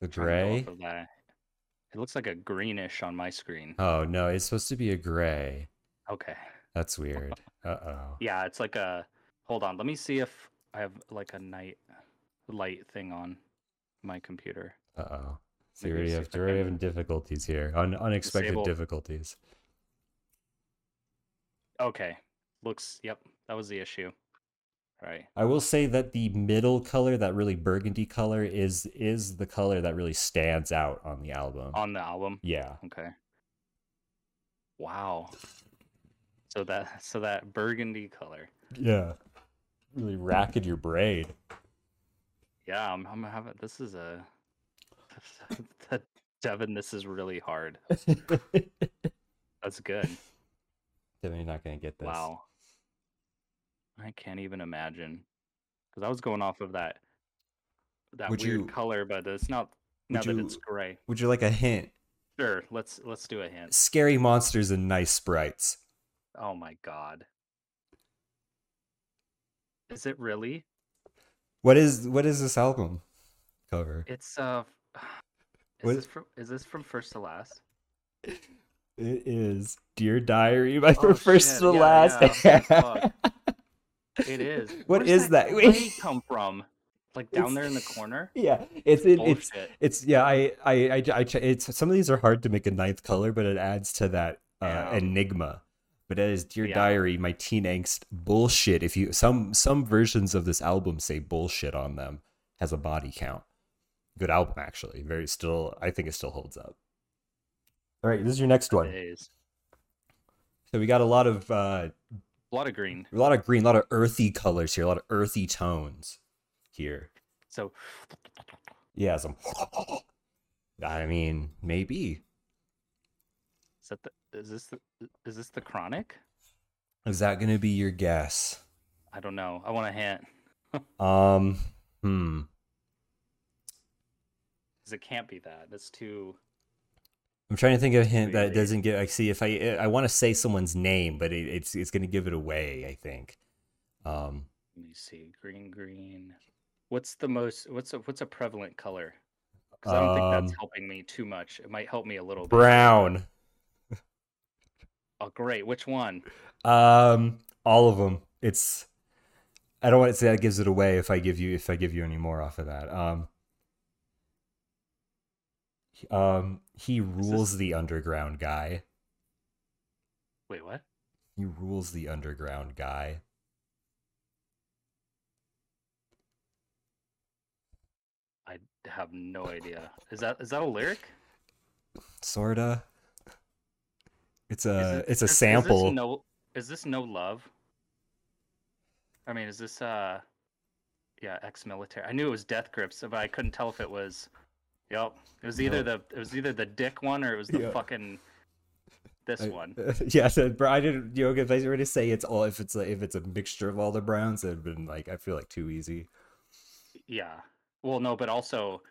S1: The
S2: I don't know
S1: gray?
S2: if of that. It looks like a greenish on my screen.
S1: Oh no, it's supposed to be a gray.
S2: Okay.
S1: That's weird. Uh oh.
S2: Yeah, it's like a. Hold on, let me see if I have like a night light thing on my computer.
S1: Uh oh. So
S2: Maybe
S1: you already
S2: see
S1: have
S2: if I
S1: you're already
S2: can
S1: having difficulties here. Un- unexpected
S2: disable-
S1: difficulties.
S2: Okay, looks. Yep, that was the issue. Right.
S1: I will say that the middle color, that really burgundy color, is is the color that really stands out on the album.
S2: on the album.
S1: yeah.
S2: Okay. Wow. So that so that burgundy color.
S1: Yeah. Really racking your brain.
S2: Yeah, I'm, I'm having. This is a. Devin, this is really hard.
S1: Definitely
S2: That's good.
S1: not gonna get this.
S2: Wow. I can't even imagine. Because I was going off of that that
S3: Would
S2: weird
S3: you-
S2: color, but it's not now
S3: would
S2: that it's
S3: you-
S2: gray.
S3: Would you like a hint?
S2: Sure, let's let's do a hint.
S1: Scary monsters and nice sprites.
S2: Oh my god. Is it really?
S3: What is what is this album cover?
S2: It's uh is
S1: What-
S2: this from is this from first to last?
S1: It is Dear Diary by
S2: Oh,
S1: First
S2: shit.
S1: to
S2: Yeah,
S1: Last.
S2: yeah. Fuck. It is.
S1: What
S2: Where's
S1: is that?
S2: gray come from? Like down
S1: It's-
S2: there in the corner?
S1: yeah, it's it, it's
S2: Bullshit.
S1: it's yeah. I I I, I ch- it's some of these are hard to make a ninth color, but it adds to that uh,
S2: Yeah.
S1: enigma. But that is Dear
S2: Yeah.
S1: Diary, my teen angst bullshit. If you some some versions of this album say bullshit on them, has a body count. Good album actually. Very still, I think it still holds up. All right, this is your next
S2: It
S1: one.
S2: is.
S1: So we got a lot of uh,
S2: A lot of green.
S1: a lot of green, a lot of earthy colors here, a lot of earthy tones here.
S2: So
S1: Yeah, some. I mean, maybe
S2: is that the, is this the, is this the chronic?
S1: is that going to be your guess?
S2: I don't know. I want a hint.
S1: Um, hmm.
S2: Because it can't be that. That's too.
S1: I'm trying to think of a hint that
S2: Really?
S1: doesn't get. I see if I I want to say someone's name, but it, it's it's going to give it away. I think. Um,
S2: Let me see. Green, green. What's the most? What's a what's a prevalent color? Because I don't think
S1: Um,
S2: that's helping me too much. It might help me a little bit.
S1: brown.
S2: Oh, great. Which one?
S1: Um, all of them. It's. I don't want to say that gives it away if I give you if I give you any more off of that. Um. he- Um, he rules the underground guy.
S2: Wait, what?
S1: He rules the underground guy.
S2: I have no idea. Is that is that a lyric?
S1: Sorta. It's
S2: Is
S1: a
S2: it-
S1: Uh, it's a
S2: is- is this
S1: sample.
S2: no, is this no love? I mean, is this uh, yeah, ex-military? I knew it was Death Grips, but I couldn't tell if it was. Yep, it was either the it was either the dick one or it was the
S1: Yeah. uh,
S2: fucking this one.
S1: yeah, so, bro, I didn't. You know, if I were to say it's all, if it's a, if it's a mixture of all the browns, it'd been like I feel like too easy.
S2: Yeah. Well, no, but also,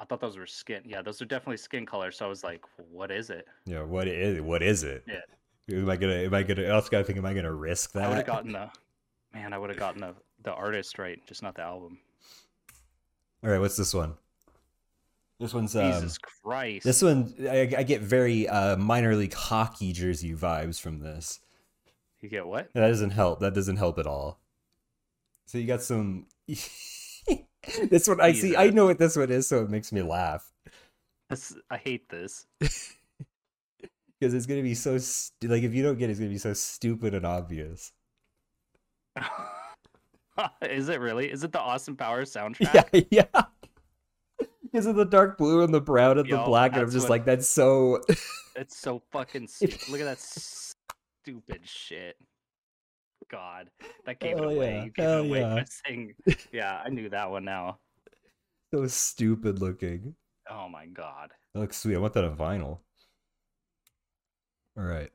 S2: I thought those were skin. Yeah, those are definitely skin colors. So I was like, what is it?
S1: You know, what is what is it?
S2: Yeah.
S1: Am I gonna? Am I gonna? I also gotta think. Am I gonna risk that?
S2: I would have gotten the man. I would have gotten the the artist right, just not the album.
S1: All right, what's this one? This one's um,
S2: Jesus Christ.
S1: this one. I, I get very uh, minor league hockey jersey vibes from this.
S2: You get what?
S1: That doesn't help. That doesn't help at all. So you got some. this one I see. I
S2: Jesus.
S1: know what this one is, so it makes me laugh
S2: This, I hate this.
S1: because it's gonna be so st- like if you don't get, it, it's gonna be so stupid and obvious.
S2: is it really? Is it the Austin Powers soundtrack?
S1: Yeah, yeah. Because of the dark blue and the brown and the
S2: Yo,
S1: black, and I'm
S2: that's
S1: just
S2: what-
S1: like, that's so.
S2: It's so fucking. St- look at that stupid shit. God, that gave
S1: Hell
S2: it away.
S1: yeah,
S2: You gave
S1: hell
S2: it away by
S1: yeah.
S2: saying, yeah, I knew that one now.
S1: so stupid looking.
S2: Oh my god.
S1: That looks sweet. I want that on vinyl. All right.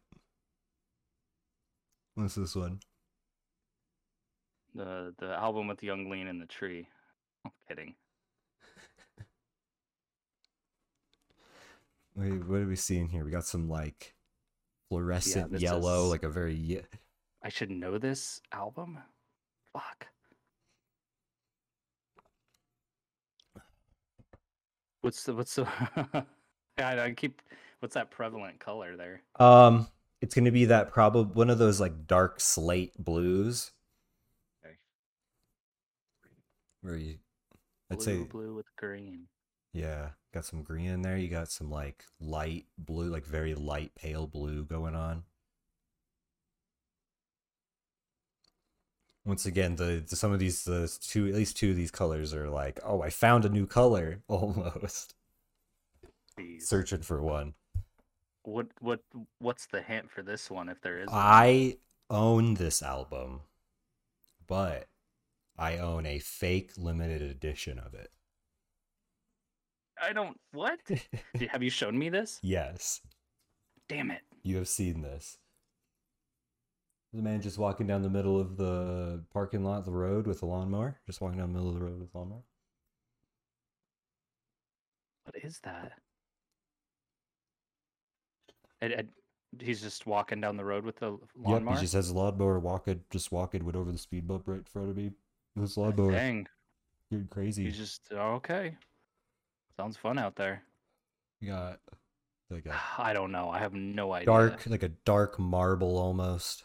S1: What's this one?
S2: the the album with Young Lean in the tree. I'm kidding.
S1: Wait, what are we seeing here? We got some like fluorescent
S2: this
S1: yellow,
S2: is-
S1: like a very ye-
S2: I should know this album. Fuck. What's the what's the? I, I keep. What's that prevalent color there?
S1: Um, it's gonna be that probably one of those like dark slate blues.
S2: Okay.
S1: Where you, I'd
S2: Blue,
S1: say,
S2: blue with green.
S1: yeah, got some green in there. You got some like light blue, like very light pale blue going on. Once again, the, the some of these the two at least two of these colors are like, oh, I found a new color almost.
S2: Jeez.
S1: Searching for one.
S2: What what what's the hint for this one if there is? one?
S1: I own this album, but I own a fake limited edition of it.
S2: I don't. What? Do- Have you shown me this?
S1: yes,
S2: Damn it!
S1: you have seen this. The man just walking down the middle of the parking lot, the road with a lawnmower. Just walking down the middle of the road with a lawnmower.
S2: What is that? It, it, he's just walking down the road with the lawnmower.
S1: Yep, he just has a lawnmower walking, just walking, went over the speed bump right in front of me. This lawnmower,
S2: Dang,
S1: you're crazy.
S2: he's just oh, okay. Sounds fun out there.
S1: you got like a
S2: I don't know. I have no idea.
S1: dark, like a dark marble almost.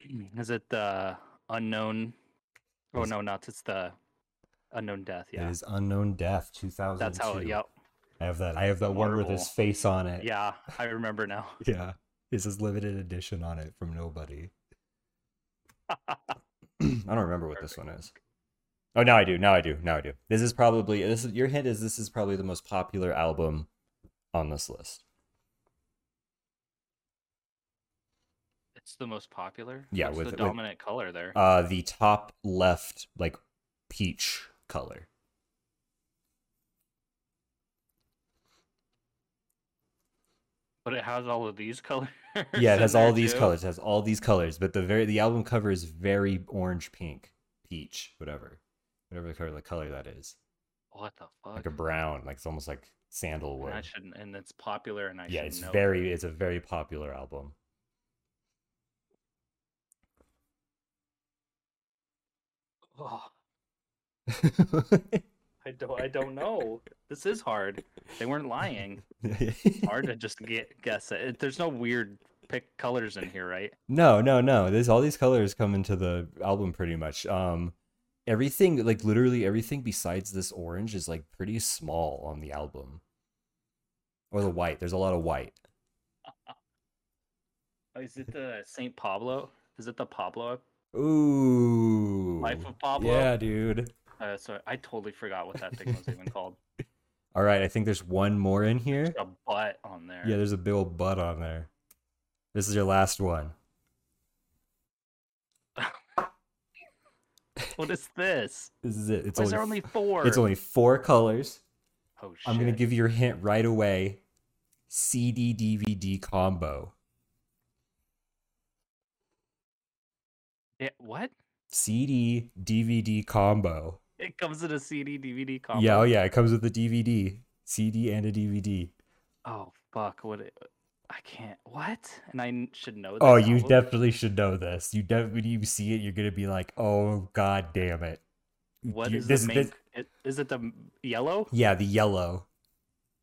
S2: Is it the unknown? Oh
S1: Is-
S2: no, not. It's the unknown death.
S1: It
S2: Yeah,
S1: is unknown death. Two thousand.
S2: that's how. Yep.
S1: I have that. I have that one with his
S2: Marvel.
S1: face on it.
S2: Yeah, I remember now.
S1: Yeah. This is limited edition on it from nobody. I don't remember what this one is. Oh, now I do. Now I do. Now I do. This is probably this is your hint is this is probably the most popular album on this list.
S2: It's the most popular.
S1: Yeah,
S2: What's
S1: with-
S2: the
S1: with-
S2: dominant color there.
S1: Uh the top left like peach color.
S2: but it has all of these colors.
S1: Yeah, it
S2: in
S1: has all
S2: there,
S1: these
S2: too?
S1: colors. It has all these colors, but the very the album cover is very orange pink, peach, whatever. Whatever the color the color that is.
S2: What the fuck?
S1: Like a brown, like it's almost like
S2: And
S1: sandalwood.
S2: I shouldn't, and it's popular, and I
S1: yeah,
S2: should
S1: it's
S2: know
S1: very it's a very popular album.
S2: that. Oh, I don't, I don't know. This is hard. They weren't lying. Hard to just get guess it. It- There's no weird pick colors in here, right?
S1: no, no, no. There's all these colors come into the album pretty much. Um everything like literally everything besides this orange is like pretty small on the album. Or the white. There's a lot of white.
S2: Oh, Is it the Saint Pablo? Is it the Pablo?
S1: Ooh.
S2: of Pablo.
S1: Yeah, dude.
S2: Uh, sorry, I totally forgot what that thing was even called.
S1: All right, I think there's one more in here.
S2: A butt on there.
S1: Yeah, there's a big old butt on there. This is your last one.
S2: What is this?
S1: This is it. It's
S2: Why is there
S1: only
S2: only four?
S1: It's only four colors.
S2: Oh shit!
S1: I'm gonna give you your hint right away. CD DVD combo.
S2: Yeah, what?
S1: CD DVD combo.
S2: It comes in a CD DVD combo.
S1: Yeah, oh yeah, it comes with a DVD, CD, and a DVD.
S2: Oh fuck! What? It, I can't. What? And I n- should know.
S1: Oh,
S2: this
S1: you
S2: album?
S1: definitely should know this. You definitely when you see it, you're gonna be like, "Oh god damn it!"
S2: What
S1: You-
S2: is
S1: this-
S2: the main?
S1: this-
S2: it- Is it the m- yellow?
S1: Yeah, the yellow.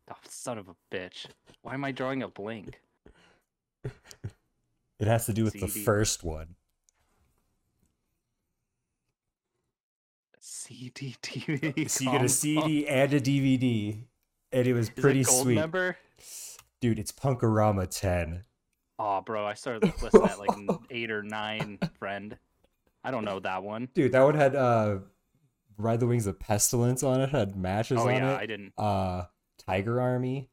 S2: Oh, son of a bitch! Why am I drawing a blank?
S1: It has to do with the
S2: CD.
S1: first one.
S2: CD DVD.
S1: So you get
S2: combo.
S1: a CD and a DVD, and it was
S2: Is it
S1: pretty
S2: gold
S1: sweet,
S2: Member?
S1: dude. It's Punkorama Ten.
S2: Oh, bro, I started listening at like n- eight or nine. Friend, I don't know that one.
S1: Dude, that one had uh Ride the Wings of Pestilence on it, had matches
S2: Oh
S1: on
S2: yeah, I
S1: it.
S2: didn't.
S1: Uh Tiger Army.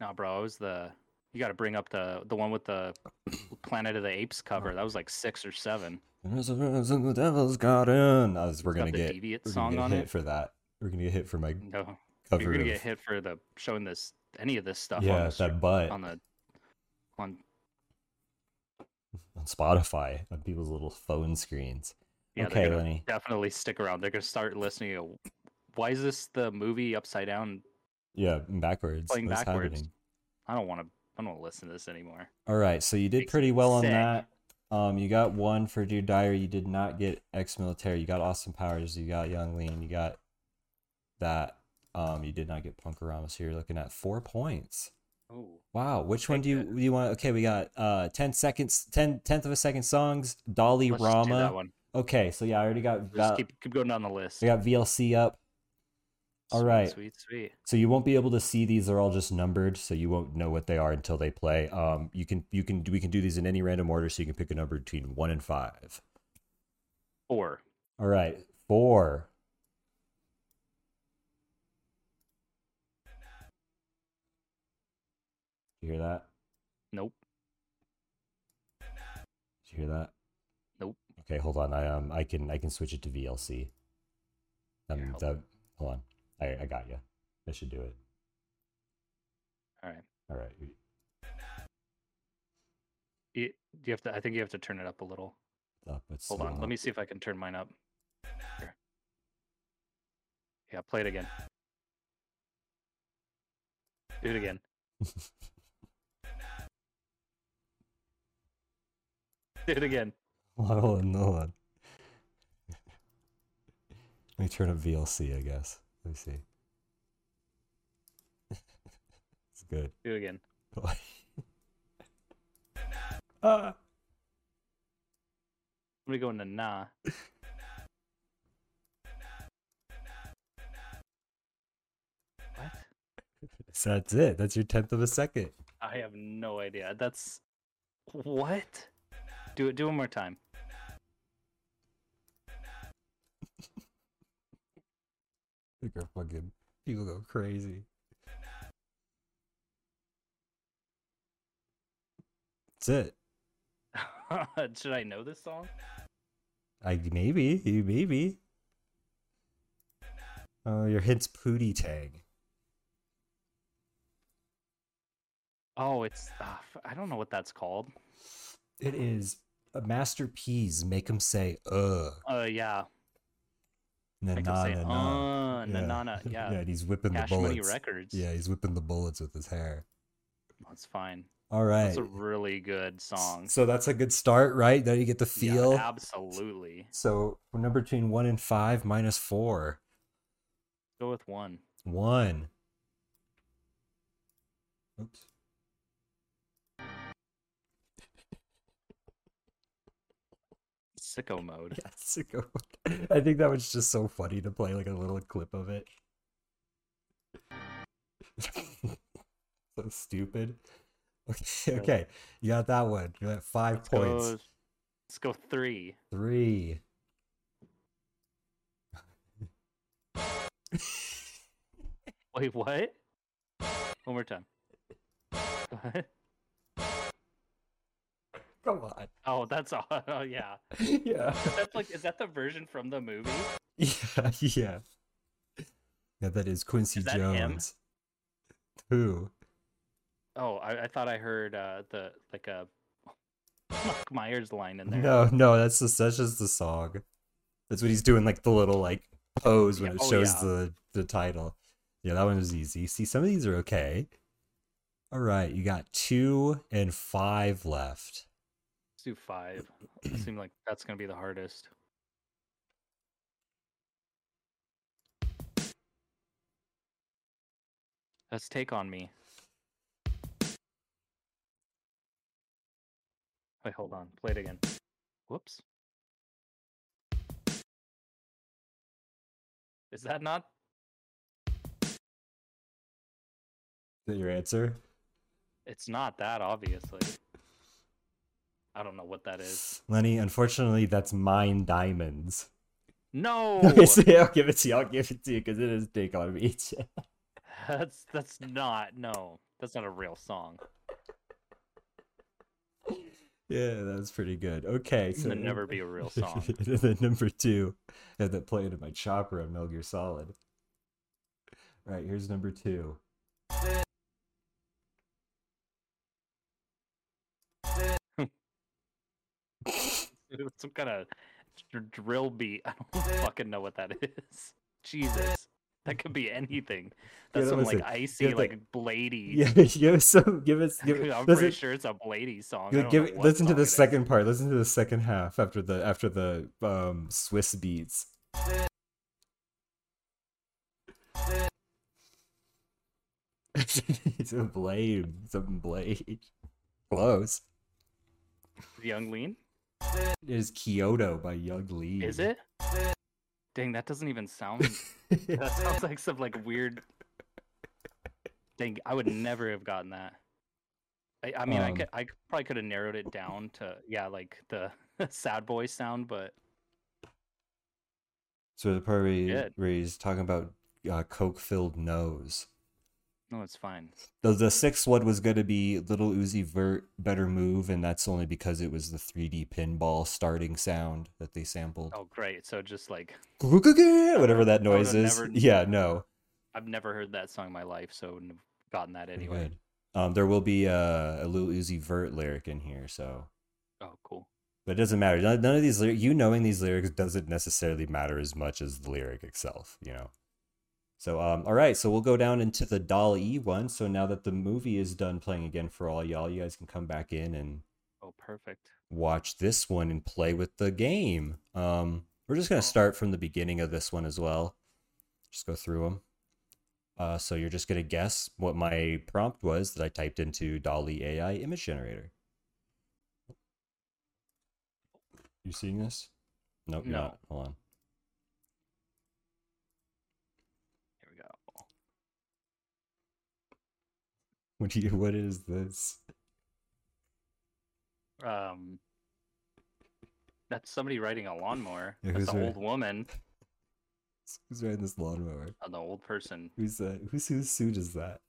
S2: No, bro, it was the. You got to bring up the the one with the Planet of the Apes cover. That was like six or seven.
S1: There's a rose in the devil's garden. Uh, we're
S2: It's got
S1: gonna
S2: the
S1: get
S2: Deviant
S1: we're
S2: song
S1: gonna get
S2: on
S1: hit
S2: it.
S1: for that. We're gonna get hit for my
S2: No.
S1: cover
S2: You're gonna
S1: of
S2: get hit for the showing this any of this stuff on,
S1: yeah,
S2: the, str-
S1: that butt
S2: on
S1: on,
S2: the on
S1: Spotify on people's little phone screens.
S2: yeah, they're
S1: okay,
S2: gonna
S1: Lenny.
S2: definitely stick around. They're gonna start listening to why is this the movie upside down?
S1: Yeah, backwards.
S2: Playing
S1: What's
S2: backwards.
S1: happening?
S2: I don't wanna I don't wanna listen to this anymore.
S1: All right, so you did
S2: Makes
S1: pretty well on
S2: sick.
S1: that. Um, you got one for Dear Dyer. You did not get ex-military. You got Austin Powers. You got Young Lean. You got that Um, you did not get Punkorama, so you're looking at four points.
S2: Oh,
S1: Wow, which one
S2: Take
S1: do you
S2: it.
S1: do you want? Okay, we got uh 10 seconds, 10 tenth of a second songs, Dolly
S2: let's just do that
S1: Rama.
S2: one.
S1: Okay, so yeah, I already got
S2: Just
S1: Val-
S2: keep keep going down the list.
S1: I got VLC up. all
S2: Sweet,
S1: right.
S2: Sweet, sweet.
S1: So you won't be able to see these; they're all just numbered, so you won't know what they are until they play. Um, you can you can we can do these in any random order, so you can pick a number between one and five.
S2: Four.
S1: All right, four. You hear that?
S2: Nope.
S1: Did you hear that?
S2: Nope.
S1: Okay, hold on. I um I can I can switch it to VLC. Um,
S2: Here, hold
S1: that, hold on. I I got you. I should do it.
S2: All right.
S1: All right.
S2: You, you have to. I think you have to turn it up a little.
S1: Up. It's
S2: Hold
S1: still
S2: on.
S1: up.
S2: Let me see if I can turn mine up. Here. Yeah, play it again. Do it again. Do it again.
S1: Hold on, hold on. Let me turn up VLC, I guess. Let me see. it's good.
S2: Do it again.
S1: ah,
S2: Let me go into nah. What?
S1: so that's it. That's your tenth of a second.
S2: I have no idea. That's what? Do it. Do it one more time.
S1: Like are fucking people go crazy. That's it.
S2: Should I know this song?
S1: I maybe you maybe. Oh, your hint's pootie tag.
S2: Oh, it's. Uh, I don't know what that's called.
S1: It is a masterpiece. Make them say "uh."
S2: Uh, yeah.
S1: Na
S2: Make 'em
S1: na
S2: say,
S1: na na.
S2: "Uh, na na na." Yeah.
S1: yeah. And he's whipping
S2: Cash
S1: the
S2: Money
S1: bullets.
S2: Records.
S1: Yeah, he's whipping the bullets with his hair.
S2: That's fine.
S1: All right.
S2: That's a really good song.
S1: So that's a good start, right? There you get the
S2: Yeah,
S1: feel.
S2: absolutely.
S1: so we're number between one and five, minus four.
S2: Go with one.
S1: One. Oops.
S2: Sicko mode.
S1: Yeah, sicko. I think that was just so funny to play like a little clip of it. so stupid. Okay,
S2: Yeah.
S1: okay, you got that one. You're at 5
S2: Let's
S1: points.
S2: go- let's go three.
S1: Three.
S2: Wait, what? One more time. What?
S1: Come on.
S2: Oh, that's all. Oh, yeah.
S1: yeah.
S2: That's like, is that the version from the movie?
S1: Yeah. Yeah. Yeah, that is Quincy
S2: Is that him?
S1: Jones. Who?
S2: Oh, I, I thought I heard uh, the like a Mike Myers line in there.
S1: No, no, that's just that's just the song. That's what he's doing, like the little like pose when
S2: Yeah,
S1: it
S2: oh,
S1: shows
S2: yeah.
S1: the the title. Yeah, that one was easy. See, some of these are okay. All right, you got two and five left.
S2: Let's do five. It seemed like that's gonna be the hardest. Let's take on me. Wait, hold on. Play it again. Whoops. Is that not?
S1: Is that your answer?
S2: It's not that obviously. I don't know what that is.
S1: Lenny, unfortunately, that's mine diamonds.
S2: No.
S1: Okay, I'll give it to you. I'll give it to you because it is take on me.
S2: That's that's not no. That's not a real song.
S1: yeah, that's pretty good. Okay,
S2: It's gonna never be a real song.
S1: and then number two, I had that played in my chopper on Metal Gear Solid. All right, here's number two.
S2: It's Some kind of dr- drill beat. I don't fucking know what that is. Jesus, that could be anything. That's
S1: that
S2: some
S1: was
S2: like
S1: it.
S2: icy,
S1: Yeah, that-
S2: like bladey.
S1: Yeah, give us some. Give us. Give,
S2: I'm pretty
S1: listen,
S2: sure it's a bladey song. I
S1: give-
S2: don't
S1: give-
S2: know what
S1: listen to
S2: song
S1: the
S2: it is.
S1: second part. Listen to the second half after the after the um Swiss beats. it's a blade. It's a blade. Close.
S2: Young Lean?
S1: It is Kyoto by Young Lee.
S2: Is it? Dang, that doesn't even sound. that sounds like some like weird. Dang, I would never have gotten that. I, I mean, I
S1: Um.
S2: could, I probably could have narrowed it down to yeah, like the sad boy sound, but
S1: So the part where, he-
S2: Good.
S1: where he's talking about uh, coke-filled nose.
S2: no, it's fine.
S1: The, the sixth one was going to be Little Uzi Vert, Better Move, and that's only because it was the 3D pinball starting sound that they sampled.
S2: Oh, great! So just like
S1: Whatever that
S2: I would've
S1: noise is.
S2: never-
S1: Yeah, no.
S2: I've never heard that song in my life, so I wouldn't have gotten that
S1: Pretty
S2: anyway.
S1: good. Um, there will be uh, a, a Little Uzi Vert lyric in here, so.
S2: Oh, cool.
S1: But it doesn't matter. None, none of these lyrics, you knowing these lyrics doesn't necessarily matter as much as the lyric itself, you know. So, um, all right. So we'll go down into the Doll E one. So now that the movie is done playing again for all y'all, you guys can come back in and
S2: Oh, perfect.
S1: watch this one and play with the game. Um, we're just gonna start from the beginning of this one as well. Just go through them. Uh, so you're just gonna guess what my prompt was that I typed into Dolly AI image generator. You seeing this? Nope, you're
S2: No.
S1: not. Hold on.
S2: Here we go.
S1: What do you? What is this?
S2: Um, that's somebody riding a lawnmower.
S1: Yeah,
S2: that's
S1: who's
S2: an
S1: ri-
S2: old woman
S1: Who's riding this lawnmower?
S2: and an old person.
S1: Who's that? Who's whose suit is that?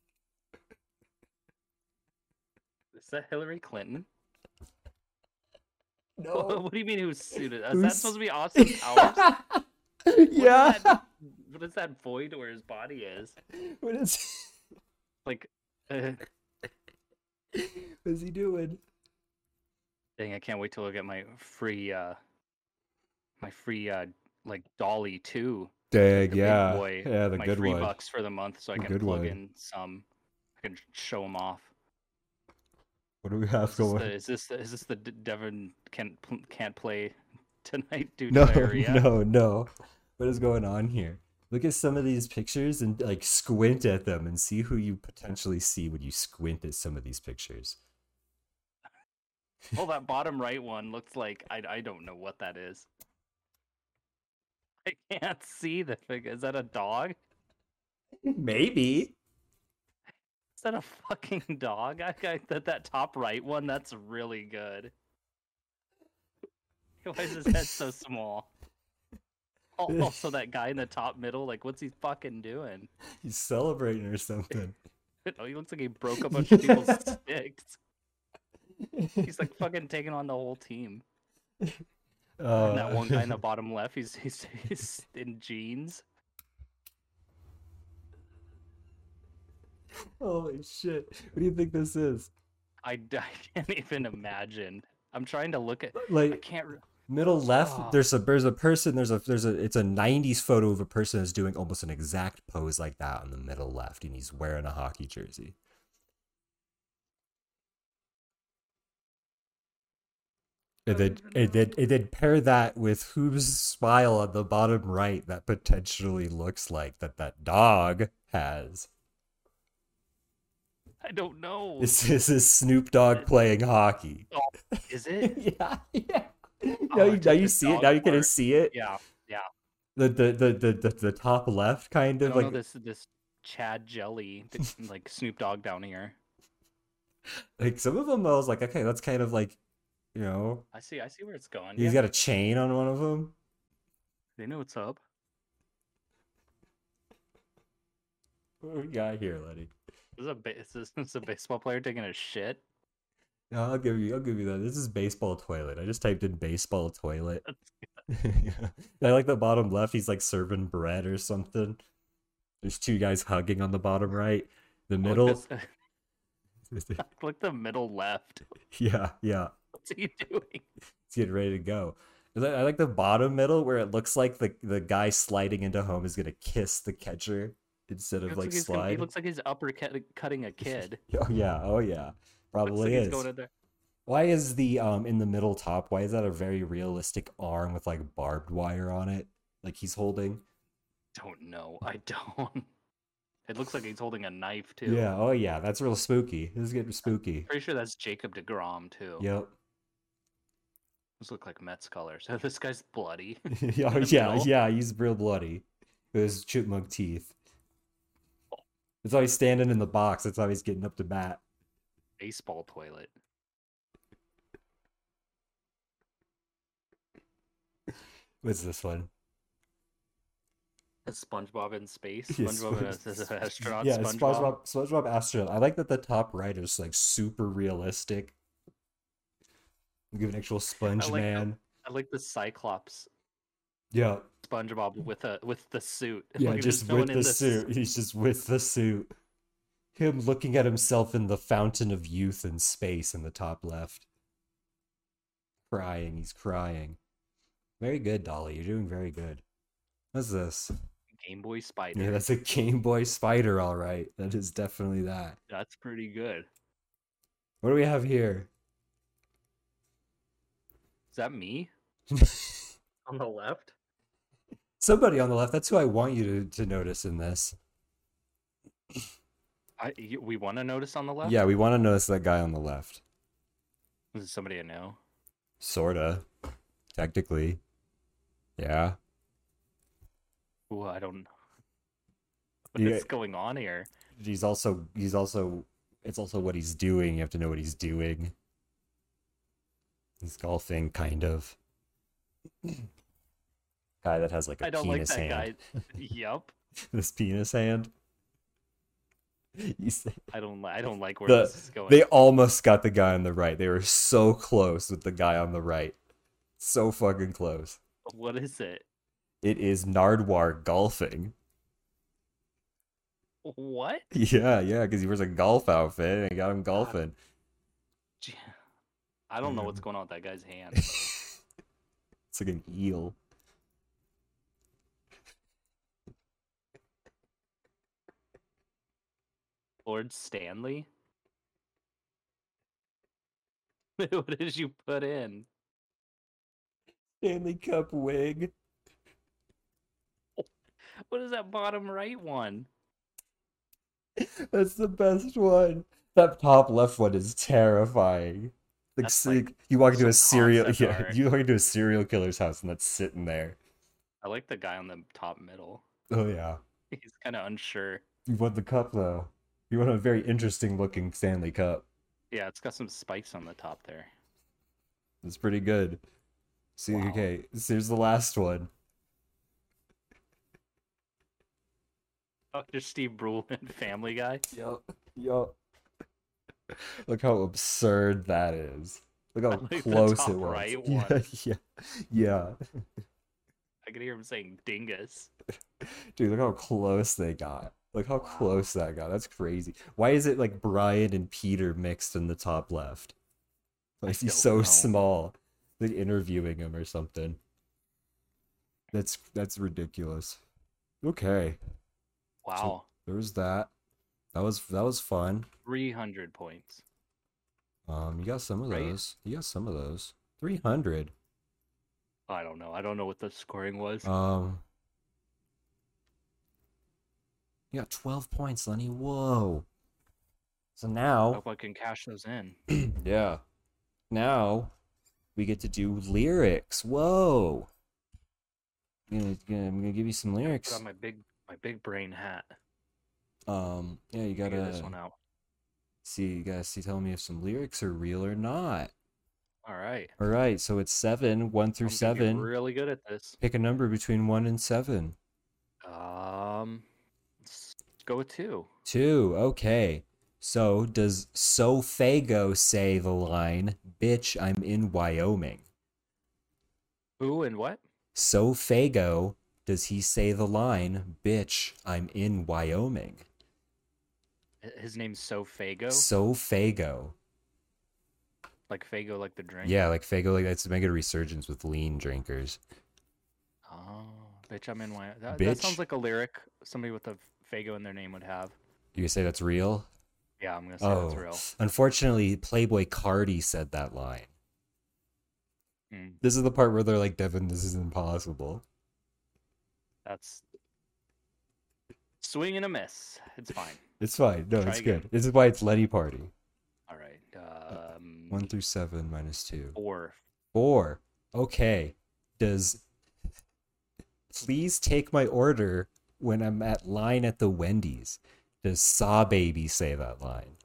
S2: Is that Hillary Clinton?
S1: No.
S2: what do you mean who's suited? Is that
S1: Who's-
S2: supposed to be Austin Powers?
S1: yeah.
S2: what is that void where his body is?
S1: What is?
S2: Like, uh,
S1: What is he doing?
S2: dang, I can't wait till I get my free, uh, my free, uh, like Dolly two.
S1: Dag,
S2: the big
S1: yeah,
S2: boy,
S1: yeah, the
S2: my
S1: good
S2: free
S1: one.
S2: bucks for the month, so I
S1: The
S2: can
S1: good
S2: plug
S1: one.
S2: in some. I can show them off.
S1: What do we
S2: Is
S1: have
S2: this,
S1: going?
S2: the, is this the is this the D- Devin can't pl- can't play tonight due
S1: No,
S2: to diarrhea?
S1: no, no. What is going on here? Look at some of these pictures and like squint at them and see who you potentially see when you squint at some of these pictures.
S2: Oh, that bottom right one looks like I I don't know what that is. I can't see the figure. Is that a dog?
S1: Maybe.
S2: Is that a fucking dog? I, I that that top right one. That's really good. Why is his head so small? Al- Also, that guy in the top middle, like, what's he fucking doing?
S1: He's celebrating or something.
S2: Oh, he looks like he broke a bunch of people's sticks. He's like fucking taking on the whole team.
S1: Uh,
S2: and that one guy in the bottom left, he's he's, he's in jeans.
S1: Holy shit. What do you think this is?
S2: I, d- I can't even imagine. I'm trying to look at. I
S1: Like
S2: can't. re-
S1: middle left,
S2: Ah.
S1: there's a there's a person, there's a there's a it's a 90s photo of a person that's doing almost an exact pose like that on the middle left, and he's wearing a hockey jersey. And then, and then, and then pair that with whose smile on the bottom right that potentially looks like that that dog has.
S2: I don't know. Is,
S1: This is this Snoop Dogg playing hockey.
S2: it?
S1: yeah, yeah.
S2: I
S1: Now you,
S2: took
S1: now you
S2: Oh, the
S1: see it.
S2: dog
S1: Now you can
S2: part.
S1: see it.
S2: Yeah.
S1: The the the the, the, the top left kind
S2: I
S1: of
S2: don't know
S1: like
S2: this this Chad Jelly that- like Snoop Dogg down here.
S1: like some of them. I was like, okay, that's kind of like, you know,
S2: I see. I see where it's going.
S1: he's
S2: yeah,
S1: got a chain on one of them.
S2: they know what's up.
S1: What we got Oh, here, Lenny?
S2: This is a ba- is this, this is a baseball player taking a shit.
S1: No, I'll give you. I'll give you that. This is baseball toilet. I just typed in baseball toilet.
S2: That's
S1: Yeah. I like the bottom left. He's like serving bread or something. There's two guys hugging on the bottom right. The middle.
S2: Look, Oh, this- look the middle left.
S1: yeah, yeah.
S2: What's he doing?
S1: It's getting ready to go. I li- I like the bottom middle where it looks like the, the guy sliding into home is gonna kiss the catcher instead
S2: Looks
S1: of like
S2: he's gonna- he
S1: slide.
S2: looks like he's upper cutting a kid.
S1: Oh yeah, oh yeah.
S2: looks like
S1: Probably
S2: he's
S1: is.
S2: going in there.
S1: Why is the um in the middle top? Why is that a very realistic arm with like barbed wire on it? Like he's holding.
S2: Don't know. I don't. It looks like he's holding a knife too.
S1: Yeah. Oh yeah. That's real spooky. This is getting spooky.
S2: Pretty sure that's Jacob Degrom too.
S1: Yep.
S2: Those look like Mets colors. So this guy's bloody.
S1: yeah. oh,
S2: the
S1: Yeah.
S2: middle?
S1: Yeah. He's real bloody. With his chipmunk teeth.
S2: Oh.
S1: That's how he's standing in the box. That's how he's getting up to bat.
S2: Baseball toilet.
S1: What's this one?
S2: That's SpongeBob in space.
S1: Yeah,
S2: SpongeBob
S1: Spo-
S2: is an astronaut.
S1: Yeah,
S2: SpongeBob.
S1: SpongeBob. SpongeBob astronaut. I like that the top right is like super realistic. We give an actual Sponge
S2: that-
S1: Man.
S2: I like the Cyclops
S1: Yeah,
S2: SpongeBob with a with the suit.
S1: yeah,
S2: Like, there's
S1: just
S2: no one
S1: with
S2: in
S1: the
S2: this-
S1: suit. He's just with the suit. Him looking at himself in the fountain of youth and space in the top left. Crying, he's crying. Very good, Dolly. You're doing very good. What's this?
S2: Game Boy Spider.
S1: Yeah, that's a Game Boy Spider, all right. That is definitely that.
S2: That's pretty good.
S1: What do we have here?
S2: Is that me on the left?
S1: Somebody on the left. That's who I want you to, to notice in this.
S2: I y we want to notice on the left.
S1: Yeah, we want to notice that guy on the left.
S2: Is it somebody I know?
S1: Sorta. Technically. Yeah.
S2: Ooh, I don't. know. What's
S1: Yeah.
S2: going on here?
S1: He's also he's also it's also what he's doing. You have to know what he's doing. He's golfing kind of. guy that has like a
S2: I don't like
S1: penis
S2: that
S1: hand.
S2: guy. yep.
S1: This penis hand. You say-
S2: I don't. li- I don't like where
S1: The-
S2: this is going.
S1: They almost got the guy on the right. They were so close with the guy on the right. So fucking close.
S2: What is it?
S1: It is Nardwar golfing.
S2: What?
S1: Yeah, yeah, because he wears a golf outfit and it got him golfing.
S2: J- I don't know what's going on with that guy's hand.
S1: it's like an eel.
S2: Lord Stanley. what did you put in?
S1: Stanley Cup wig.
S2: What is that bottom right one?
S1: That's the best one. That top left one is terrifying. Like,
S2: That's,
S1: so you-
S2: like,
S1: you walk into a
S2: some
S1: serial
S2: concept
S1: yeah,
S2: art.
S1: you walk into a serial killer's house and that's sitting there.
S2: I like the guy on the top middle.
S1: Oh yeah.
S2: He's kind of unsure.
S1: You want the cup though. You want a very interesting looking Stanley Cup.
S2: Yeah, it's got some spikes on the top there.
S1: It's pretty good. See,
S2: Wow.
S1: okay, so here's the last one.
S2: Dr. Oh, Steve Brulin, Family Guy.
S1: Yup. Yup. Look how absurd that is. Look how
S2: Like the
S1: close
S2: top
S1: it was.
S2: right
S1: yeah,
S2: one.
S1: yeah. Yeah.
S2: I could hear him saying dingus.
S1: Dude, look how close they got. Look how
S2: Wow.
S1: close that got. That's crazy. Why is it like Brian and Peter mixed in the top left? Like he's
S2: don't
S1: so
S2: know.
S1: small. Like interviewing him or something. That's that's ridiculous. Okay.
S2: Wow.
S1: There's that. That was that was fun.
S2: 300 points.
S1: Um you got some of
S2: Right?
S1: those. You got some of those. 300.
S2: I don't know. I don't know what the scoring was.
S1: Um You got 12 points, Lenny. Whoa. So now
S2: I hope I can cash those in.
S1: yeah. Now we get to do lyrics. Whoa. I'm gonna, gonna- I'm gonna give you some
S2: Put
S1: lyrics.
S2: on my big my big brain hat.
S1: Um, yeah, you
S2: Figure this
S1: gotta
S2: one out.
S1: see. You gotta see. Tell me if some lyrics are real or not.
S2: All right.
S1: All right. So it's seven, one through
S2: I'm gonna get
S1: seven.
S2: really good at this.
S1: Pick a number between one and seven.
S2: Um, let's go with two.
S1: Two. Okay. So does So Fago say the line, "Bitch, I'm in Wyoming"?
S2: Who and what?
S1: So Fago, does he say the line, bitch, I'm in Wyoming?
S2: H- His name's So Fago.
S1: So Fago.
S2: like Fago, like the drink.
S1: Yeah, like Fago, like that's make a resurgence with lean drinkers.
S2: Oh, bitch, I'm in Wyoming. That, that sounds
S1: Bitch.
S2: like a lyric somebody with a f- Fago in their name would have.
S1: You say that's real?
S2: Yeah, I'm gonna say
S1: oh,
S2: that's real.
S1: unfortunately, Playboy Cardi said that line.
S2: Mm,
S1: This is the part where they're like, Devin, this is impossible.
S2: that's Swing and a miss. It's fine.
S1: It's fine. No,
S2: Try
S1: it's
S2: again.
S1: good. This is why it's Lenny Party.
S2: All right. Um,
S1: One through seven minus two.
S2: four.
S1: Four. Okay. Does please take my order when I'm at line at the Wendy's? Does Saw Baby say that line?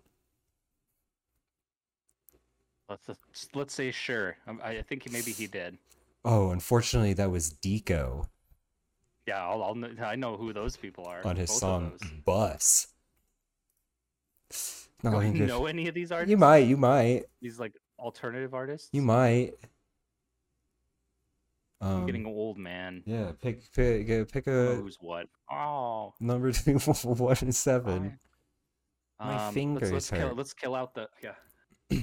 S2: Let's let's- let's say sure. Um, I, I think maybe he did.
S1: Oh, unfortunately, that was Deco
S2: Yeah, I'll, I'll kn- I know who those people are.
S1: on his
S2: both of
S1: song
S2: those.
S1: Bus. No,
S2: Do
S1: I
S2: I
S1: think there's-
S2: know any of these artists?
S1: you might, you might,
S2: These like alternative artists.
S1: you might.
S2: I'm
S1: Um,
S2: getting old, man.
S1: yeah, pick pick uh, pick
S2: I don't know
S1: a
S2: Who's what? Oh,
S1: number two, one and seven.
S2: I-
S1: My
S2: Um, let's-
S1: fingers
S2: let's, Kill,
S1: hurt.
S2: let's kill out the yeah.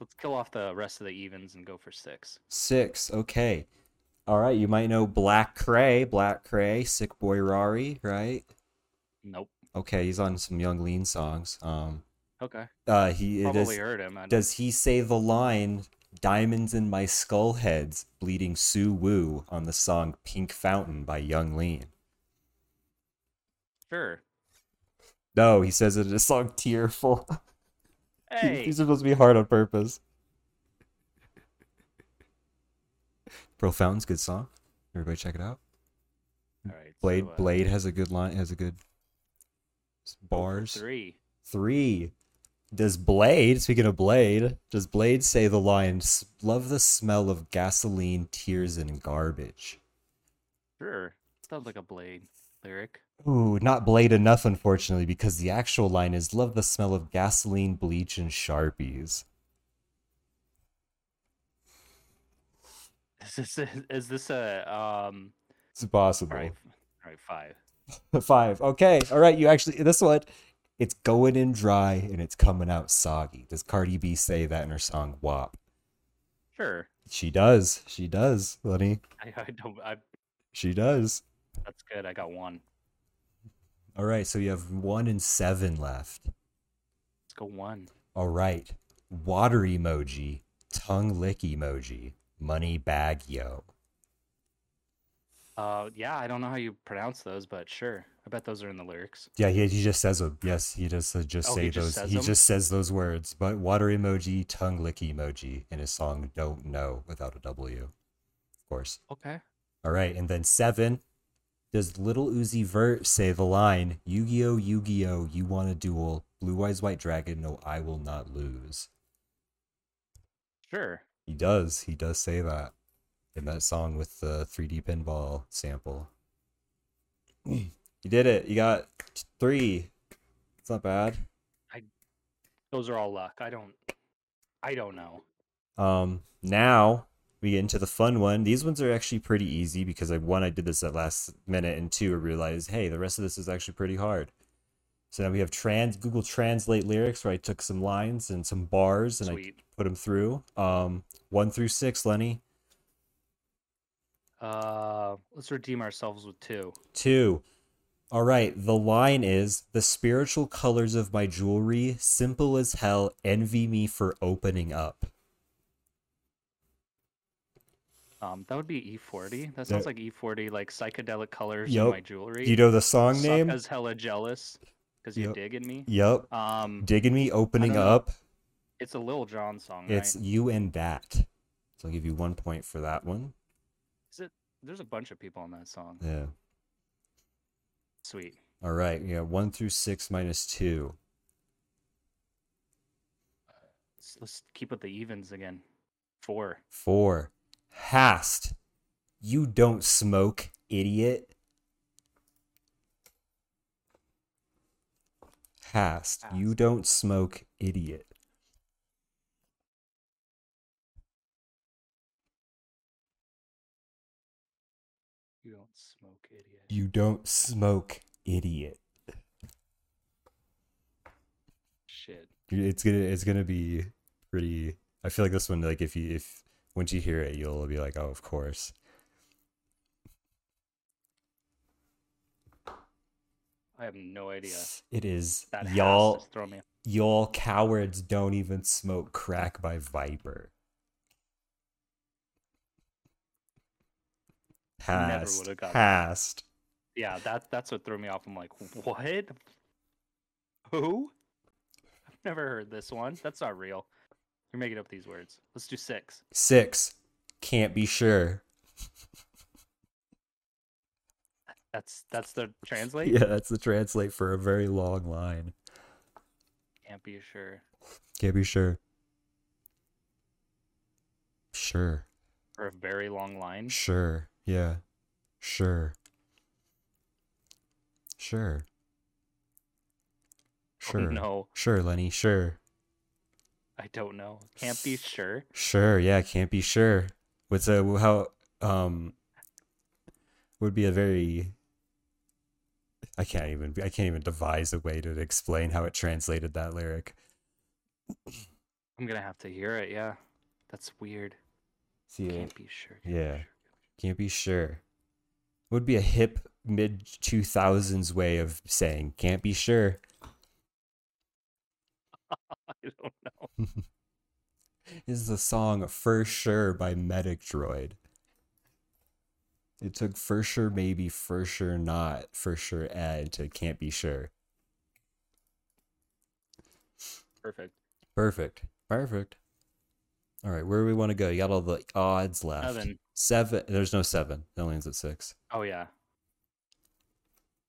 S2: let's kill off the rest of the evens and go for six.
S1: Six. Okay. All right. You might know Black Cray, Black Cray, Sick Boy Rari, right?
S2: Nope.
S1: Okay, he's on some Young Lean songs. Um,
S2: Okay.
S1: uh, he it
S2: Probably
S1: is,
S2: heard him. I don't-
S1: does he say the line "Diamonds in my skull heads, bleeding Sue Woo" on the song "Pink Fountain" by Young Lean?
S2: sure.
S1: No, he says it in a song "Tearful."
S2: Hey,
S1: These are supposed to be hard on purpose. Pearl Fountain's a good song. Everybody check it out.
S2: all right.
S1: Blade
S2: so, uh,
S1: Blade has a good line has a good s-
S2: go for
S1: bars.
S2: Three.
S1: Three. Does Blade, speaking of Blade, does Blade say the line "S- love the smell of gasoline, tears, and garbage?
S2: Sure. Sounds like a blade lyric.
S1: Ooh, not Blade enough, unfortunately, because the actual line is love the smell of gasoline, bleach, and sharpies.
S2: Is this a, is this a um?
S1: It's possible.
S2: All right. All right. Five.
S1: Five. Okay. All right. You actually, this one, it's going in dry and it's coming out soggy. Does Cardi B say that in her song WAP?
S2: Sure.
S1: She does. She does, Lenny.
S2: I, I don't. I,
S1: She does.
S2: that's good. I got one.
S1: All right. So you have one and seven left.
S2: Let's go one.
S1: All right. Water emoji, tongue lick emoji, money bag yo.
S2: Uh, yeah. I don't know how you pronounce those, but sure. I bet those are in the lyrics.
S1: Yeah, he, he just says them. Yes, he does uh, just
S2: Oh,
S1: say
S2: he just
S1: those.
S2: says
S1: he
S2: them?
S1: just says those words. But water emoji, tongue lick emoji in his song "Don't Know" without a W, of course.
S2: Okay.
S1: All right, and then seven. Does Little Uzi Vert say the line "Yu-Gi-Oh, Yu-Gi-Oh, you want a duel? Blue Eyes White Dragon, no, I will not lose."
S2: Sure.
S1: He does. He does say that in that song with the 3D pinball sample. you did it. You got t- three. It's not bad.
S2: Those are all luck. I don't. I don't know.
S1: Um, now we get into the fun one. These ones are actually pretty easy because I one I did this at last minute, and two I realized hey the rest of this is actually pretty hard. So now we have trans Google Translate lyrics where I took some lines and some bars and
S2: Sweet.
S1: I put them through. Um, one through six, Lenny.
S2: Uh, let's redeem ourselves with two.
S1: Two. All right, the line is the spiritual colors of my jewelry, simple as hell, envy me for opening up.
S2: Um, that would be E40. That
S1: Yeah.
S2: sounds like E40, like psychedelic colors in
S1: Yup.
S2: my jewelry.
S1: Do you know the song
S2: Suck
S1: name?
S2: as hella jealous because you
S1: Yup.
S2: dig in me.
S1: Yep.
S2: Um,
S1: Digging me, opening
S2: know.
S1: up.
S2: it's a Lil Jon song,
S1: It's
S2: right?
S1: you and that. So I'll give you one point for that one.
S2: Is it? There's a bunch of people on that song.
S1: Yeah.
S2: Sweet.
S1: All right. Yeah. One through six minus two.
S2: Let's, let's keep with the evens again. Four.
S1: Four. Hast. You don't smoke, idiot. Hast. You
S2: Hast.
S1: don't smoke, idiot.
S2: You don't smoke, idiot.
S1: You don't smoke, idiot.
S2: Shit.
S1: It's gonna it's gonna be pretty I feel like this one like if you if once you hear it you'll be like, oh of course.
S2: I have no idea.
S1: It is
S2: That has
S1: y'all
S2: just thrown me.
S1: Y'all cowards don't even smoke crack by Viper.
S2: Never
S1: Hast.
S2: would've gotten that.
S1: Hast.
S2: yeah, that that's what threw me off. I'm like, what? Who? I've never heard this one. That's not real. You're making up these words. Let's do six.
S1: Six. Can't be sure.
S2: That's that's the translate.
S1: Yeah, that's the translate for a very long line.
S2: Can't be sure.
S1: Can't be sure. Sure.
S2: For a very long line. Oh,
S1: Sure. Yeah. Sure. Sure.
S2: Oh,
S1: Sure.
S2: no,
S1: Sure, Lenny. Sure.
S2: I don't know. Can't be sure.
S1: Sure. Yeah. Can't be sure. What's a how um would be a very I can't even I can't even devise a way to explain how it translated that lyric.
S2: I'm gonna have to hear it. Yeah, that's weird.
S1: See, it
S2: Can't be sure. can't be
S1: Yeah.
S2: sure.
S1: can't be sure. Would be a hip mid two thousands way of saying can't be sure.
S2: I don't know.
S1: This is the song For Sure by Medic Droid. It took For Sure Maybe, For Sure Not, For Sure Ed to Can't Be Sure.
S2: Perfect.
S1: Perfect. Perfect. All right, where do we want to go? You got all the odds left.
S2: Seven.
S1: Seven. There's no seven. It only ends at six.
S2: Oh yeah.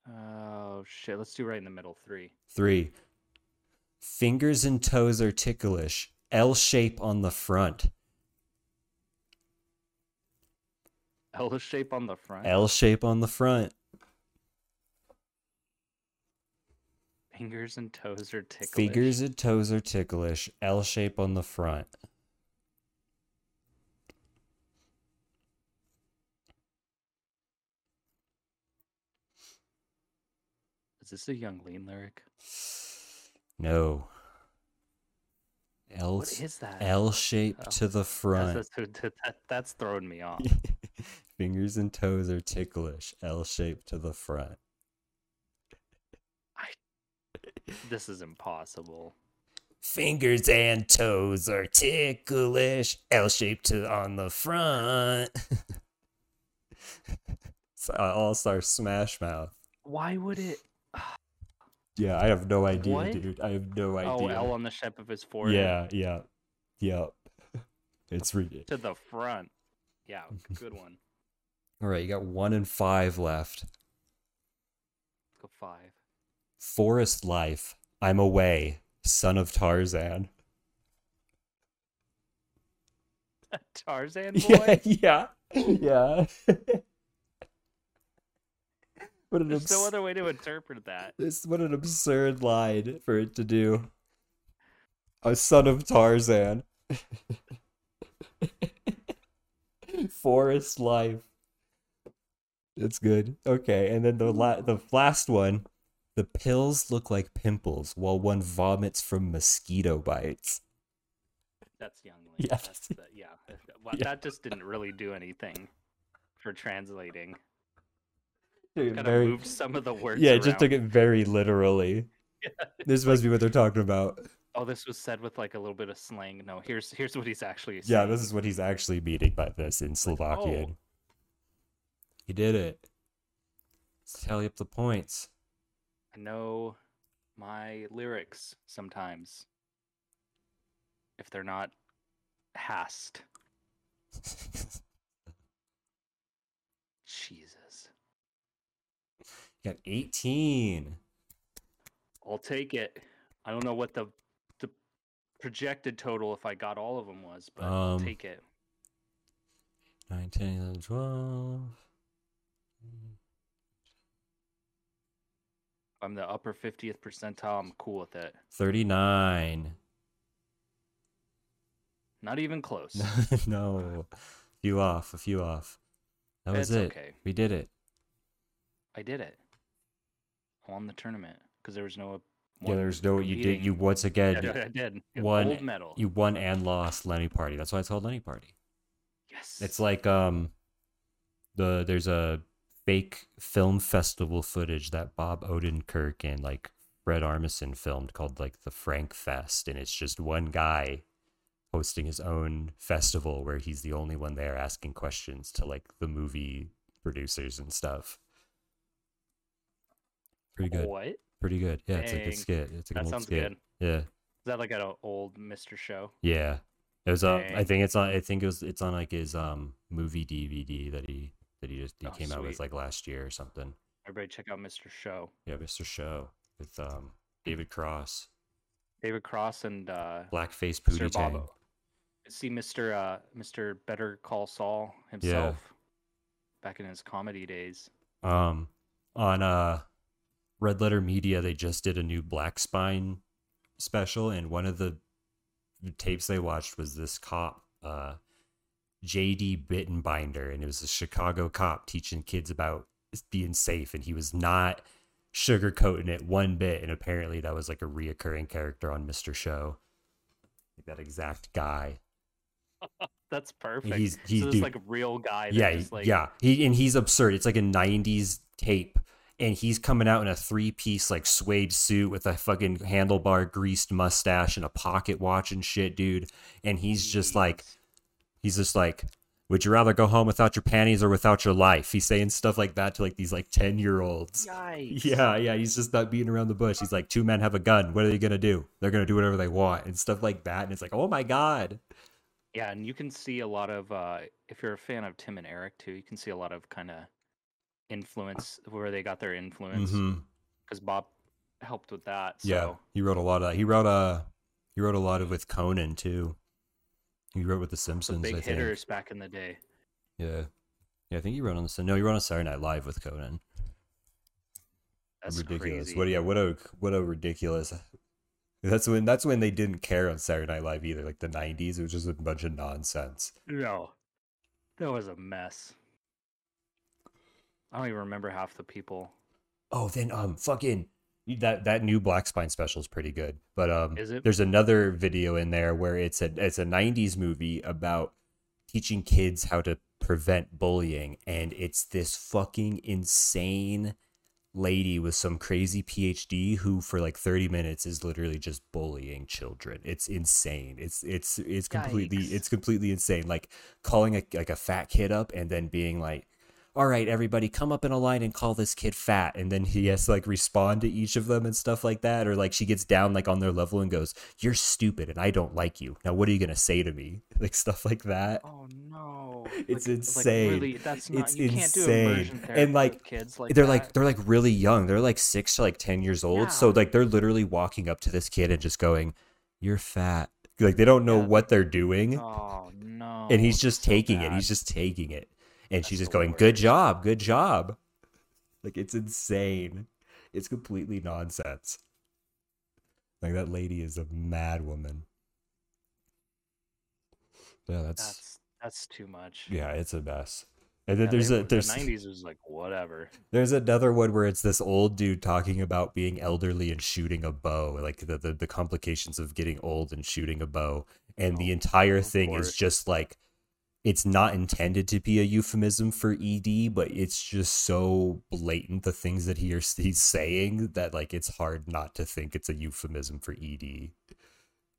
S2: Oh shit. Let's do right in the middle. Three.
S1: Three. Fingers and toes are ticklish. L shape on the front.
S2: L shape on the front.
S1: L shape on the front.
S2: Fingers and toes are ticklish.
S1: Fingers and toes are ticklish. L shape on the front.
S2: Is this a Young Lean lyric?
S1: No. L
S2: What is that?
S1: L shape
S2: Oh.
S1: to the
S2: That's-
S1: front.
S2: that's- that- that- that's throwing me off.
S1: Fingers and toes are ticklish. L shape to the front.
S2: this is impossible.
S1: Fingers and toes are ticklish. L shape to on the front. All star Smash Mouth.
S2: Why would it?
S1: Yeah, I have no idea,
S2: What?
S1: dude. I have no idea.
S2: Oh, L on the shape of his forehead.
S1: yeah, yeah, yeah. It's ridiculous.
S2: To the front. Yeah, good one.
S1: All right, you got one and five left.
S2: Go five.
S1: Forest life. I'm away. Son of Tarzan.
S2: Tarzan boy.
S1: Yeah, yeah, yeah. what an
S2: There's no
S1: abs-
S2: other way to interpret that.
S1: this, what an absurd line for it to do. A son of Tarzan. Forest life. It's good. Okay, and then the la- the last one. The pills look like pimples while one vomits from mosquito bites.
S2: That's Young Lean.
S1: Yeah.
S2: That's the, yeah. Well,
S1: Yeah.
S2: That just didn't really do anything for translating.
S1: Dude,
S2: Kind of
S1: very-
S2: moved some of the words.
S1: yeah, it just took
S2: around.
S1: it very literally. This must be what they're talking about.
S2: Oh, this was said with like a little bit of slang. No, here's here's what he's actually. Saying.
S1: Yeah, this is what he's actually meaning by this in Slovakian.
S2: oh.
S1: He did it. Let's tally up the points.
S2: I know my lyrics sometimes if they're not hast. Jesus.
S1: got 18.
S2: I'll take it. I don't know what the the projected total if I got all of them was, but I'll
S1: Um,
S2: take it.
S1: 9, 10, 11, 12.
S2: I'm the upper 50th percentile. I'm cool with it.
S1: 39.
S2: Not even close.
S1: no. A few off, a few off. That was
S2: That's
S1: it.
S2: okay.
S1: We did it.
S2: I did it. I won the tournament because there was no.
S1: yeah,
S2: one
S1: there's no you did
S2: competing.
S1: you once
S2: Yeah,
S1: again
S2: I did. Yeah,
S1: one-
S2: Gold medal.
S1: you won and lost Lenny Party. That's why it's called Lenny Party.
S2: yes.
S1: It's like um the there's a fake film festival footage that Bob Odenkirk and like Fred Armisen filmed called like the Frank Fest and it's just one guy hosting his own festival where he's the only one there asking questions to like the movie producers and stuff. Pretty good.
S2: What? Is
S1: Pretty good. Yeah, it's like a
S2: Dang.
S1: skit. It's like
S2: That
S1: an old
S2: sounds
S1: skit.
S2: good.
S1: Yeah.
S2: that like at an old Mr. Show?
S1: Yeah. It was uh, I
S2: Dang.
S1: think it's on I think it was it's on like his um movie DVD that he that he just he
S2: Oh,
S1: came out with
S2: sweet.
S1: like last year or something.
S2: Everybody check out Mr. Show.
S1: Yeah, Mr. Show with
S2: Hmm.
S1: um David Cross,
S2: David Cross and uh
S1: Blackface
S2: Mr.
S1: Pootie Tang.
S2: Bobo. see Mr. Uh, Mr. Better Call Saul himself back in his comedy days.
S1: Um on uh Red Letter Media they just did a new Black Spine special and one of the tapes they watched was this cop uh JD Bittenbinder and it was a Chicago cop teaching kids about being safe and he was not sugarcoating it one bit and apparently that was like a reoccurring character on Mr. Show. Like that exact guy.
S2: That's perfect.
S1: He's- he's-
S2: so this
S1: dude.
S2: like real guy. That
S1: yeah,
S2: just, like,
S1: yeah. He and he's absurd. It's like a '90s tape, and he's coming out in a three-piece like suede suit with a fucking handlebar greased mustache and a pocket watch and shit, dude. And he's just like,
S2: Jeez.
S1: he's just like, would you rather go home without your panties or without your life? He's saying stuff like that to like these like ten-year-olds.
S2: Yikes.
S1: Yeah, yeah. He's just not beating around the bush. He's like, two men have a gun. What are they gonna do? They're gonna do whatever they want and stuff like that. And it's like, oh my god.
S2: Yeah, and you can see a lot of uh if you're a fan of Tim and Eric too, you can see a lot of kind of influence where they got their influence
S1: Mhm.
S2: because Bob helped with that. So
S1: Yeah, he wrote a lot of. He wrote uh He wrote a lot of with Conan too. He wrote with The
S2: some
S1: Simpsons. I
S2: big
S1: think.
S2: hitters back in the day.
S1: Yeah, yeah. I think he wrote on the. No, he wrote on Saturday Night Live with Conan.
S2: That's
S1: ridiculous.
S2: crazy.
S1: What? Yeah. What a what a ridiculous. That's when that's when they didn't care on Saturday Night Live either. Like the '90s, it was just a bunch of nonsense.
S2: No. That was a mess. I don't even remember half the people.
S1: Oh, then um, fucking that that new Black Spine special is pretty good. But um,
S2: Is it?
S1: there's another video in there where it's a it's a '90s movie about teaching kids how to prevent bullying, and it's this fucking insane lady with some crazy PhD who for like 30 minutes is literally just bullying children. It's insane. It's it's it's completely
S2: Yikes.
S1: it's completely insane. Like calling a like a fat kid up and then being like all right, everybody, come up in a line and call this kid fat. And then he has to like respond to each of them and stuff like that. Or like she gets down like on their level and goes, You're stupid and I don't like you. Now, what are you going to say to me? Like stuff like that.
S2: Oh no.
S1: It's insane.
S2: really, that's not,
S1: It's
S2: you can't do
S1: insane.
S2: immersion
S1: And,
S2: therapy with
S1: like,
S2: kids like
S1: they're
S2: that.
S1: like they're like really young. They're like six to like ten years old. So
S2: Yeah.
S1: like they're literally walking up to this kid and just going, "You're fat." Like they don't know
S2: Yeah.
S1: what they're doing,
S2: Oh no.
S1: and he's just
S2: so
S1: taking it.
S2: bad.
S1: He's just taking it, and she's
S2: That's
S1: just
S2: the
S1: going, "Good
S2: worst.
S1: job, good job." Like it's insane. It's completely nonsense. Like that lady is a mad woman. Yeah, that's
S2: that's that's too much.
S1: yeah, it's a mess. And then
S2: Yeah,
S1: there's
S2: they-
S1: a there's
S2: the 90s was like whatever.
S1: There's another one where it's this old dude talking about being elderly and shooting a bow, like the the, the complications of getting old and shooting a bow. And the
S2: Oh,
S1: entire
S2: of
S1: thing is
S2: course.
S1: just like it's not intended to be a euphemism for ED, but it's just so blatant the things that he or he's saying that like it's hard not to think it's a euphemism for ED.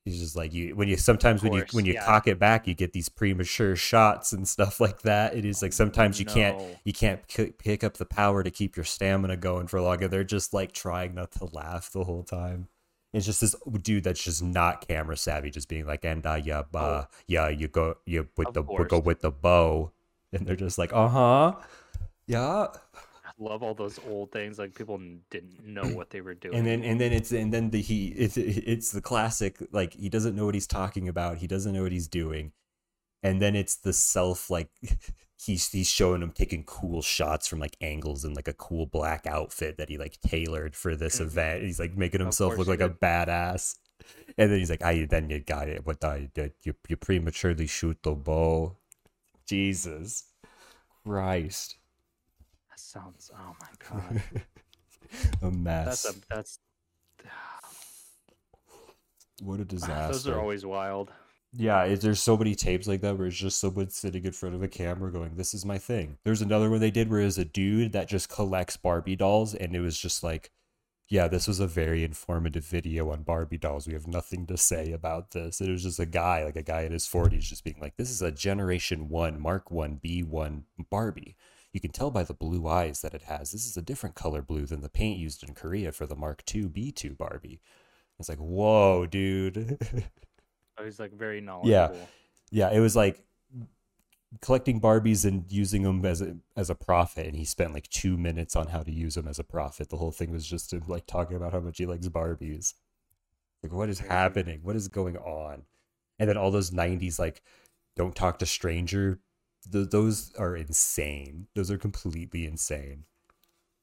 S1: He's just like you when you sometimes when you
S2: course,
S1: when you
S2: yeah.
S1: cock it back, you get these premature shots and stuff like that. It is like sometimes you can't
S2: No.
S1: you can't c- pick up the power to keep your stamina going for longer. They're just like trying not to laugh the whole time. It's just this dude that's just not camera savvy, just being like, and uh, yeah, uh, yeah, you go, you with
S2: Oh. Of
S1: the
S2: course.
S1: go with the bow, and they're just like, uh huh, yeah.
S2: I love all those old things like people n- didn't know what they were doing.
S1: And then and then it's and then the he it's it's the classic like he doesn't know what he's talking about, he doesn't know what he's doing, and then it's the self like he's he's showing him taking cool shots from like angles in like a cool black outfit that he like tailored for this
S2: Mhm.
S1: event. He's like making
S2: Of
S1: himself
S2: course
S1: look
S2: he
S1: like a
S2: did.
S1: badass. And then he's like, I then you got it. What the that you you prematurely shoot the bow. Jesus Christ.
S2: that sounds oh my god.
S1: a mess.
S2: that's a that's
S1: what a disaster.
S2: those are always wild.
S1: Yeah, it, there's so many tapes like that where it's just someone sitting in front of a camera going, "This is my thing." There's another one they did where it was a dude that just collects Barbie dolls, and it was just like, "Yeah, this was a very informative video on Barbie dolls. We have nothing to say about this." And it was just a guy, like a guy in his 40s, just being like, "This is a Generation One Mark One B One Barbie." You can tell by the blue eyes that it has. This is a different color blue than the paint used in Korea for the Mark II B2 Barbie. It's like, whoa, dude.
S2: I was like very knowledgeable.
S1: yeah, it was like collecting Barbies and using them as a, as a profit. And he spent like two minutes on how to use them as a profit. The whole thing was just him like talking about how much he likes Barbies. Like, what is
S2: Crazy.
S1: happening? What is going on? And then all those 90s, like, don't talk to stranger. Th- those are insane. Those are completely insane.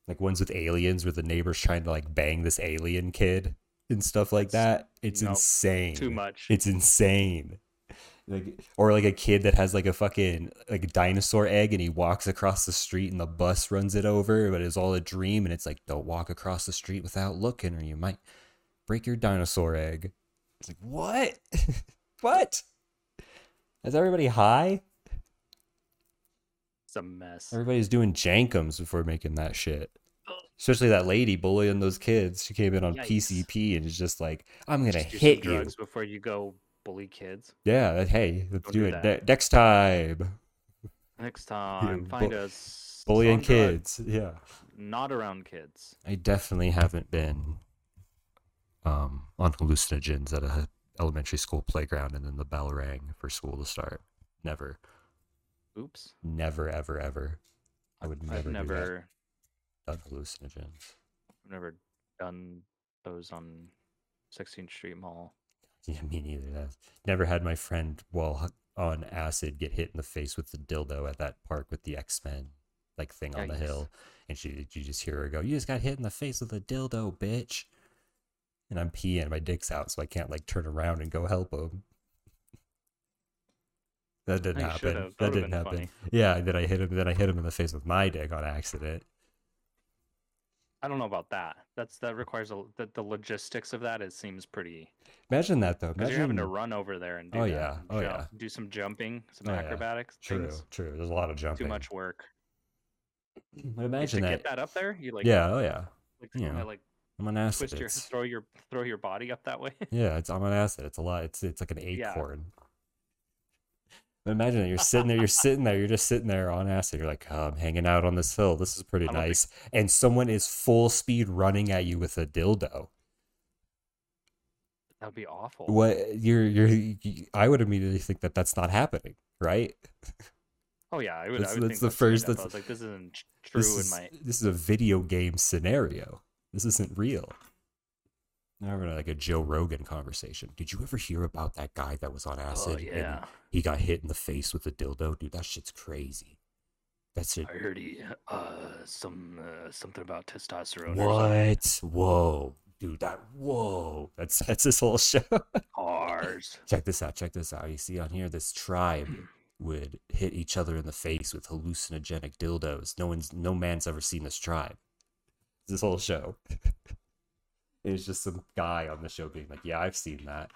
S1: Like ones with aliens where the neighbor's trying to like bang this alien kid and stuff like that. It's
S2: no,
S1: insane.
S2: Too much.
S1: It's insane. Like or like a kid that has like a fucking like a dinosaur egg and he walks across the street and the bus runs it over, but it's all a dream and it's like don't walk across the street without looking or you might break your dinosaur egg. It's like what? what? Is everybody high?
S2: It's a mess.
S1: Everybody's doing jankums before making that shit. Especially that lady bullying those kids. She came in on
S2: Yikes.
S1: PCP and is just like, "I'm gonna
S2: Just do some
S1: hit you."
S2: drugs before you go bully kids.
S1: Yeah, that- hey, let's
S2: Don't
S1: do,
S2: do
S1: it
S2: that.
S1: ne- next time.
S2: Next time, find
S1: bu-
S2: us
S1: Bullying
S2: some drug-
S1: kids. Yeah.
S2: not around kids.
S1: I definitely haven't been um, on hallucinogens at a elementary school playground and then the bell rang for school to start. Never.
S2: Oops.
S1: Never, ever, ever. I would never,
S2: I've
S1: never
S2: never
S1: done hallucinogens.
S2: never done those on 16th Street Mall.
S1: Yeah, me neither. That's, never had my friend while h- on acid get hit in the face with the dildo at that park with the X Men like thing on the
S2: Yikes.
S1: hill, and she you just hear her go, "You just got hit in the face with a dildo, bitch." And I'm peeing, my dick's out, so I can't like turn around and go help him. That didn't
S2: Oh, you
S1: happen.
S2: should've.
S1: That,
S2: That would've
S1: didn't
S2: been
S1: happen.
S2: funny.
S1: Yeah, then I hit him. Then I hit him in the face with my dick on accident.
S2: I don't know about that. That's that requires a that the logistics of that it seems pretty
S1: Imagine that though.
S2: because you're having to
S1: Imagine-
S2: run over there and do
S1: Oh,
S2: that
S1: yeah.
S2: and
S1: Oh,
S2: jump-
S1: yeah.
S2: do some jumping, some
S1: Oh, yeah.
S2: acrobatics.
S1: True,
S2: Things.
S1: true. There's a lot of jumping.
S2: Too much work.
S1: But
S2: Like,
S1: imagine
S2: to
S1: that.
S2: get that up there, you like
S1: yeah. Oh yeah.
S2: like,
S1: you know,
S2: uh, like
S1: I'm on acid.
S2: twist your
S1: It's-
S2: throw your throw your body up that way.
S1: Yeah, it's I'm on acid. It's a lot. It's it's like an
S2: Yeah.
S1: acorn. But Imagine it. You're sitting there. You're sitting there. You're just sitting there on acid. You're like, oh, I'm hanging out on this hill. This is pretty
S2: I don't think-
S1: nice. And someone is full speed running at you with a
S2: Oh.
S1: dildo.
S2: That'd be awful.
S1: What you're you're you- I would immediately think that that's not happening, right?
S2: Oh yeah, I would.
S1: That's-
S2: I would
S1: that's
S2: think
S1: the
S2: that's made
S1: first-
S2: up.
S1: that's-
S2: I was like, this isn't tr- true
S1: This
S2: in
S1: is,
S2: my.
S1: this is a video game scenario. This isn't real. Now we're in, like a Joe Rogan conversation. Did you ever hear about that guy that was on acid?
S2: Oh
S1: and
S2: yeah,
S1: He got hit in the face with a dildo, dude. That shit's crazy. That shit.
S2: I heard he uh some uh, something about testosterone. or something.
S1: What? Whoa, dude. That whoa. That's that's this whole show.
S2: Cars.
S1: check this out. Check this out. You see on here, this tribe would hit each other in the face with hallucinogenic dildos. No one's, no man's ever seen this tribe. This whole show. it was just some guy on the show being like, "Yeah, I've seen that.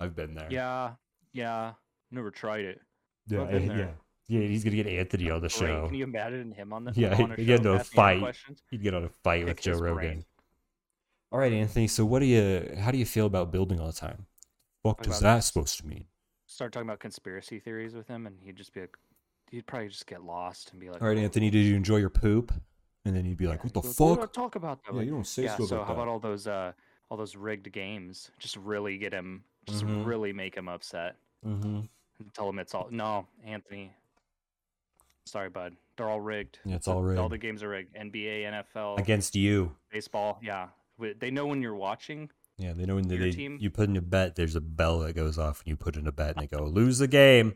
S1: I've been there.
S2: Yeah, yeah. Never tried it.
S1: yeah,
S2: I've been
S1: yeah.
S2: there.
S1: Yeah, he's gonna get Anthony on the
S2: Great.
S1: show.
S2: Can you imagine him on the
S1: Yeah,
S2: on a
S1: he- he
S2: show
S1: had to
S2: asking him
S1: fight.
S2: questions?
S1: He'd get on a fight with
S2: Pick
S1: Joe
S2: his brain.
S1: Rogan. All right, Anthony. So, what do you? How do you feel about building all the time? What
S2: About
S1: is that
S2: this?
S1: supposed to mean?
S2: Start talking about conspiracy theories with him, and he'd just be like, he'd probably just get lost and be like,
S1: All right,
S2: "Oh,
S1: Anthony. Did you enjoy your poop? And then you'd be like,
S2: yeah."
S1: "What the
S2: He'd be like, "We
S1: fuck?"
S2: don't talk about that.
S1: Yeah, you don't say
S2: yeah.
S1: stuff
S2: So
S1: like
S2: how
S1: that.
S2: about all those uh all those rigged games? Just really get him. Just
S1: Mhm.
S2: really make him upset.
S1: Mm-hmm.
S2: and tell him it's all no, Anthony. Sorry, bud. They're all rigged.
S1: Yeah, it's
S2: The-
S1: all rigged.
S2: the games are rigged. NBA, NFL,
S1: Against you.
S2: baseball. Yeah, W- they know when you're watching.
S1: Yeah, they know when they,
S2: Your
S1: they-
S2: team?
S1: you put in a bet, there's a bell that goes off, and you put in a bet, and they go lose the game.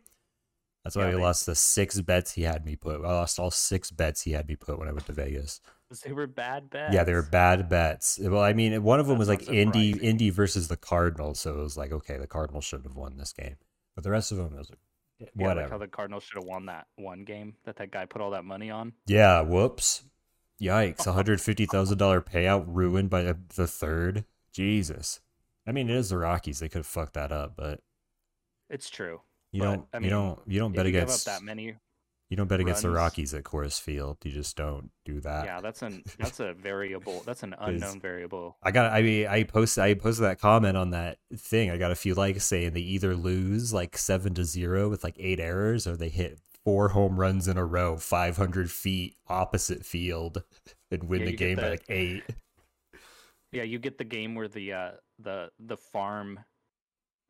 S1: That's why
S2: Yeah,
S1: we
S2: they-
S1: lost the six bets he had me put. I lost all six bets he had me put when I went to Vegas.
S2: 'cause They were bad bets.
S1: Yeah, they were bad bets. Well, I mean, one of them
S2: That's
S1: was like
S2: not
S1: Indy,
S2: surprising.
S1: Indy versus the Cardinals, so it was like okay, the Cardinals should have won this game, but the rest of them it was like
S2: Yeah,
S1: whatever.
S2: Like how the Cardinals should have won that one game that that guy put all that money on.
S1: Yeah, whoops. Yikes. $150,000 payout ruined by the, the third. Jesus. I mean, it is the Rockies. They could have fucked that up, but
S2: It's true.
S1: you
S2: But,
S1: don't
S2: I
S1: you
S2: mean,
S1: don't you don't
S2: If
S1: bet
S2: you
S1: against
S2: give up that many.
S1: you don't bet against the
S2: runs-
S1: Rockies at Coors Field. You just don't do that.
S2: Yeah, that's an that's a variable. That's an unknown variable.
S1: I got I mean I posted I posted that comment on that thing. I got a few likes saying they either lose like 7 to 0 with like 8 errors or they hit four home runs in a row, 500 feet opposite field, and win
S2: Yeah,
S1: the
S2: you get
S1: game by
S2: that. Mm,
S1: like eight.
S2: Yeah, you get the game where the uh, the the farm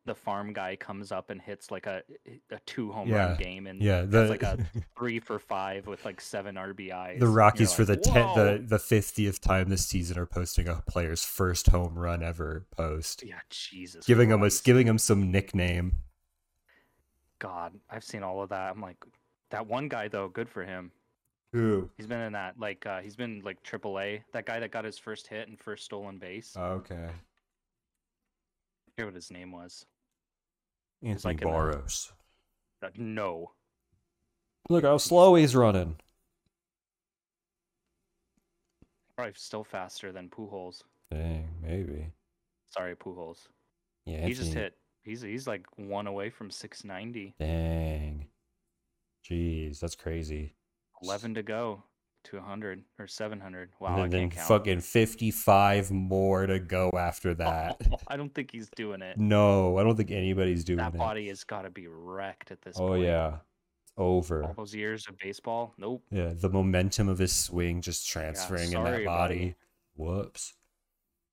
S2: the farm guy comes up and hits like a a two home
S1: Yeah,
S2: run game and
S1: Yeah,
S2: that's
S1: the
S2: like a three for five with like seven RBIs.
S1: the
S2: You're
S1: Rockies for the
S2: like,
S1: ten,
S2: "Whoa!"
S1: the the fiftieth time this season are posting a player's first home run ever post,
S2: yeah Jesus
S1: giving him a
S2: Christ.
S1: giving him some nickname.
S2: God I've seen all of that. I'm like that one guy though, good for him.
S1: Who?
S2: He's been in that like uh, he's been like AAA. That guy that got his first hit and first stolen base. I
S1: Oh, Okay,
S2: forget what his name was.
S1: Anthony
S2: like in the-
S1: Barros.
S2: Uh, No,
S1: Look how slow he's running.
S2: probably still faster than Pujols.
S1: Dang, maybe.
S2: Sorry, Pujols.
S1: Yeah,
S2: He just
S1: Anthony-
S2: hit. He's he's like one away from 690.
S1: Dang, jeez, that's crazy.
S2: 11 to go to 100 or 700.
S1: And
S2: Wow, I
S1: then- then
S2: can't count.
S1: fucking fifty-five more to go after that.
S2: I don't think he's doing it.
S1: no, I don't think anybody's doing
S2: that
S1: it.
S2: body has got to be wrecked at this
S1: Oh
S2: point.
S1: yeah, it's over.
S2: All those years of baseball. Nope.
S1: Yeah, the momentum of his swing just transferring in that
S2: sorry,
S1: body.
S2: buddy.
S1: Whoops.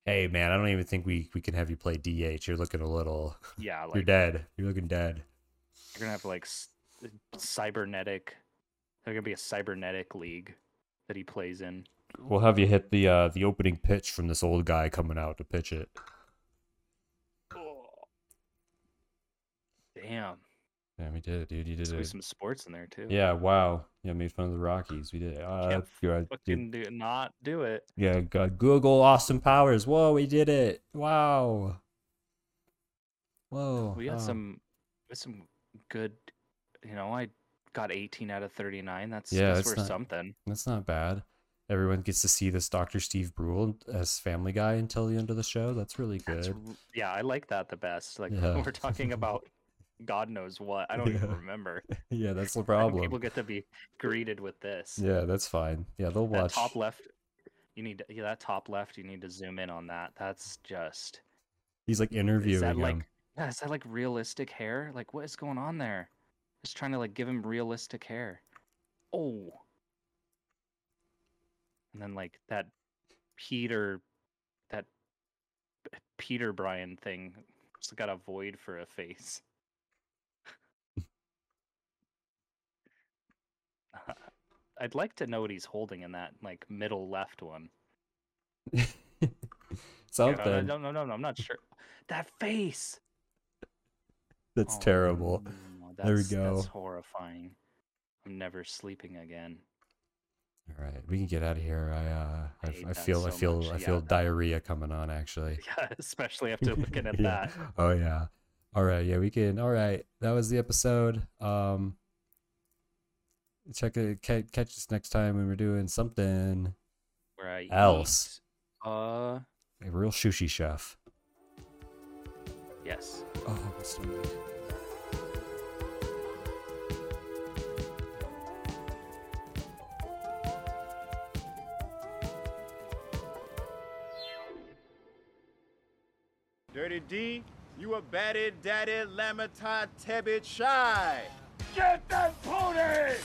S1: Hey man, I don't even think we we can have you play DH. You're looking a little.
S2: Yeah, like
S1: you're
S2: you're,
S1: dead. You're looking dead.
S2: gonna have like s- cybernetic. There's gonna be a cybernetic league that he plays in.
S1: We'll have you hit the uh the opening pitch from this old guy coming out to pitch it.
S2: Oh. Damn.
S1: Yeah, we did it, dude. You did
S2: Squeeze
S1: it.
S2: some sports in there too.
S1: Yeah, wow. Yeah, made fun of the Rockies. We did it. Uh,
S2: Can't
S1: that's good, dude.
S2: Fucking do, not do it.
S1: Yeah, go- Google Austin Powers. Whoa, we did it. Wow. Whoa. um,
S2: We had
S1: wow.
S2: some, we had some good. You know, I got 18 out of 39. That's
S1: Yeah,
S2: that's
S1: it's
S2: worth
S1: not-
S2: something.
S1: That's not bad. Everyone gets to see this Dr. Steve Brule as Family Guy until the end of the show. That's really good.
S2: That's r- yeah, I like that the best. Like
S1: Yeah.
S2: we're talking about God knows what. I don't even
S1: Yeah.
S2: remember.
S1: yeah, that's the
S2: And
S1: problem.
S2: People get to be greeted with this.
S1: Yeah, that's fine. Yeah, they'll
S2: that
S1: watch.
S2: top left. You need to, yeah, that top left. You need to zoom in on that. That's just
S1: He's like
S2: is
S1: interviewing
S2: that
S1: him.
S2: like yeah, is that like realistic hair? Like what is going on there? Just trying to like give him realistic hair. Oh. And then like that Peter that P- Peter Bryan thing just got a void for a face. I'd like to know what he's holding in that like middle left one. Yeah,
S1: Something.
S2: no, no, no, no, I'm not sure. That face.
S1: That's
S2: Oh,
S1: terrible.
S2: no,
S1: There we
S2: that's- That's
S1: go.
S2: horrifying. I'm never sleeping again.
S1: All right, we can get out of here. I uh,
S2: I
S1: I,
S2: hate
S1: I
S2: that
S1: feel I
S2: so
S1: feel
S2: much.
S1: I
S2: Yeah,
S1: feel
S2: that-
S1: diarrhea coming on actually.
S2: Yeah, especially after looking at
S1: Yeah.
S2: that.
S1: Oh yeah. All right. Yeah, we can. All right. That was the episode. Um, check it. ca- Catch us next time when we're doing something.
S2: Where I
S1: Else.
S2: eat, Uh,
S1: A real sushi chef.
S2: yes.
S1: Oh, I'm so-
S4: Dirty D, you a batty daddy lamata tebbit shy. Get that pony!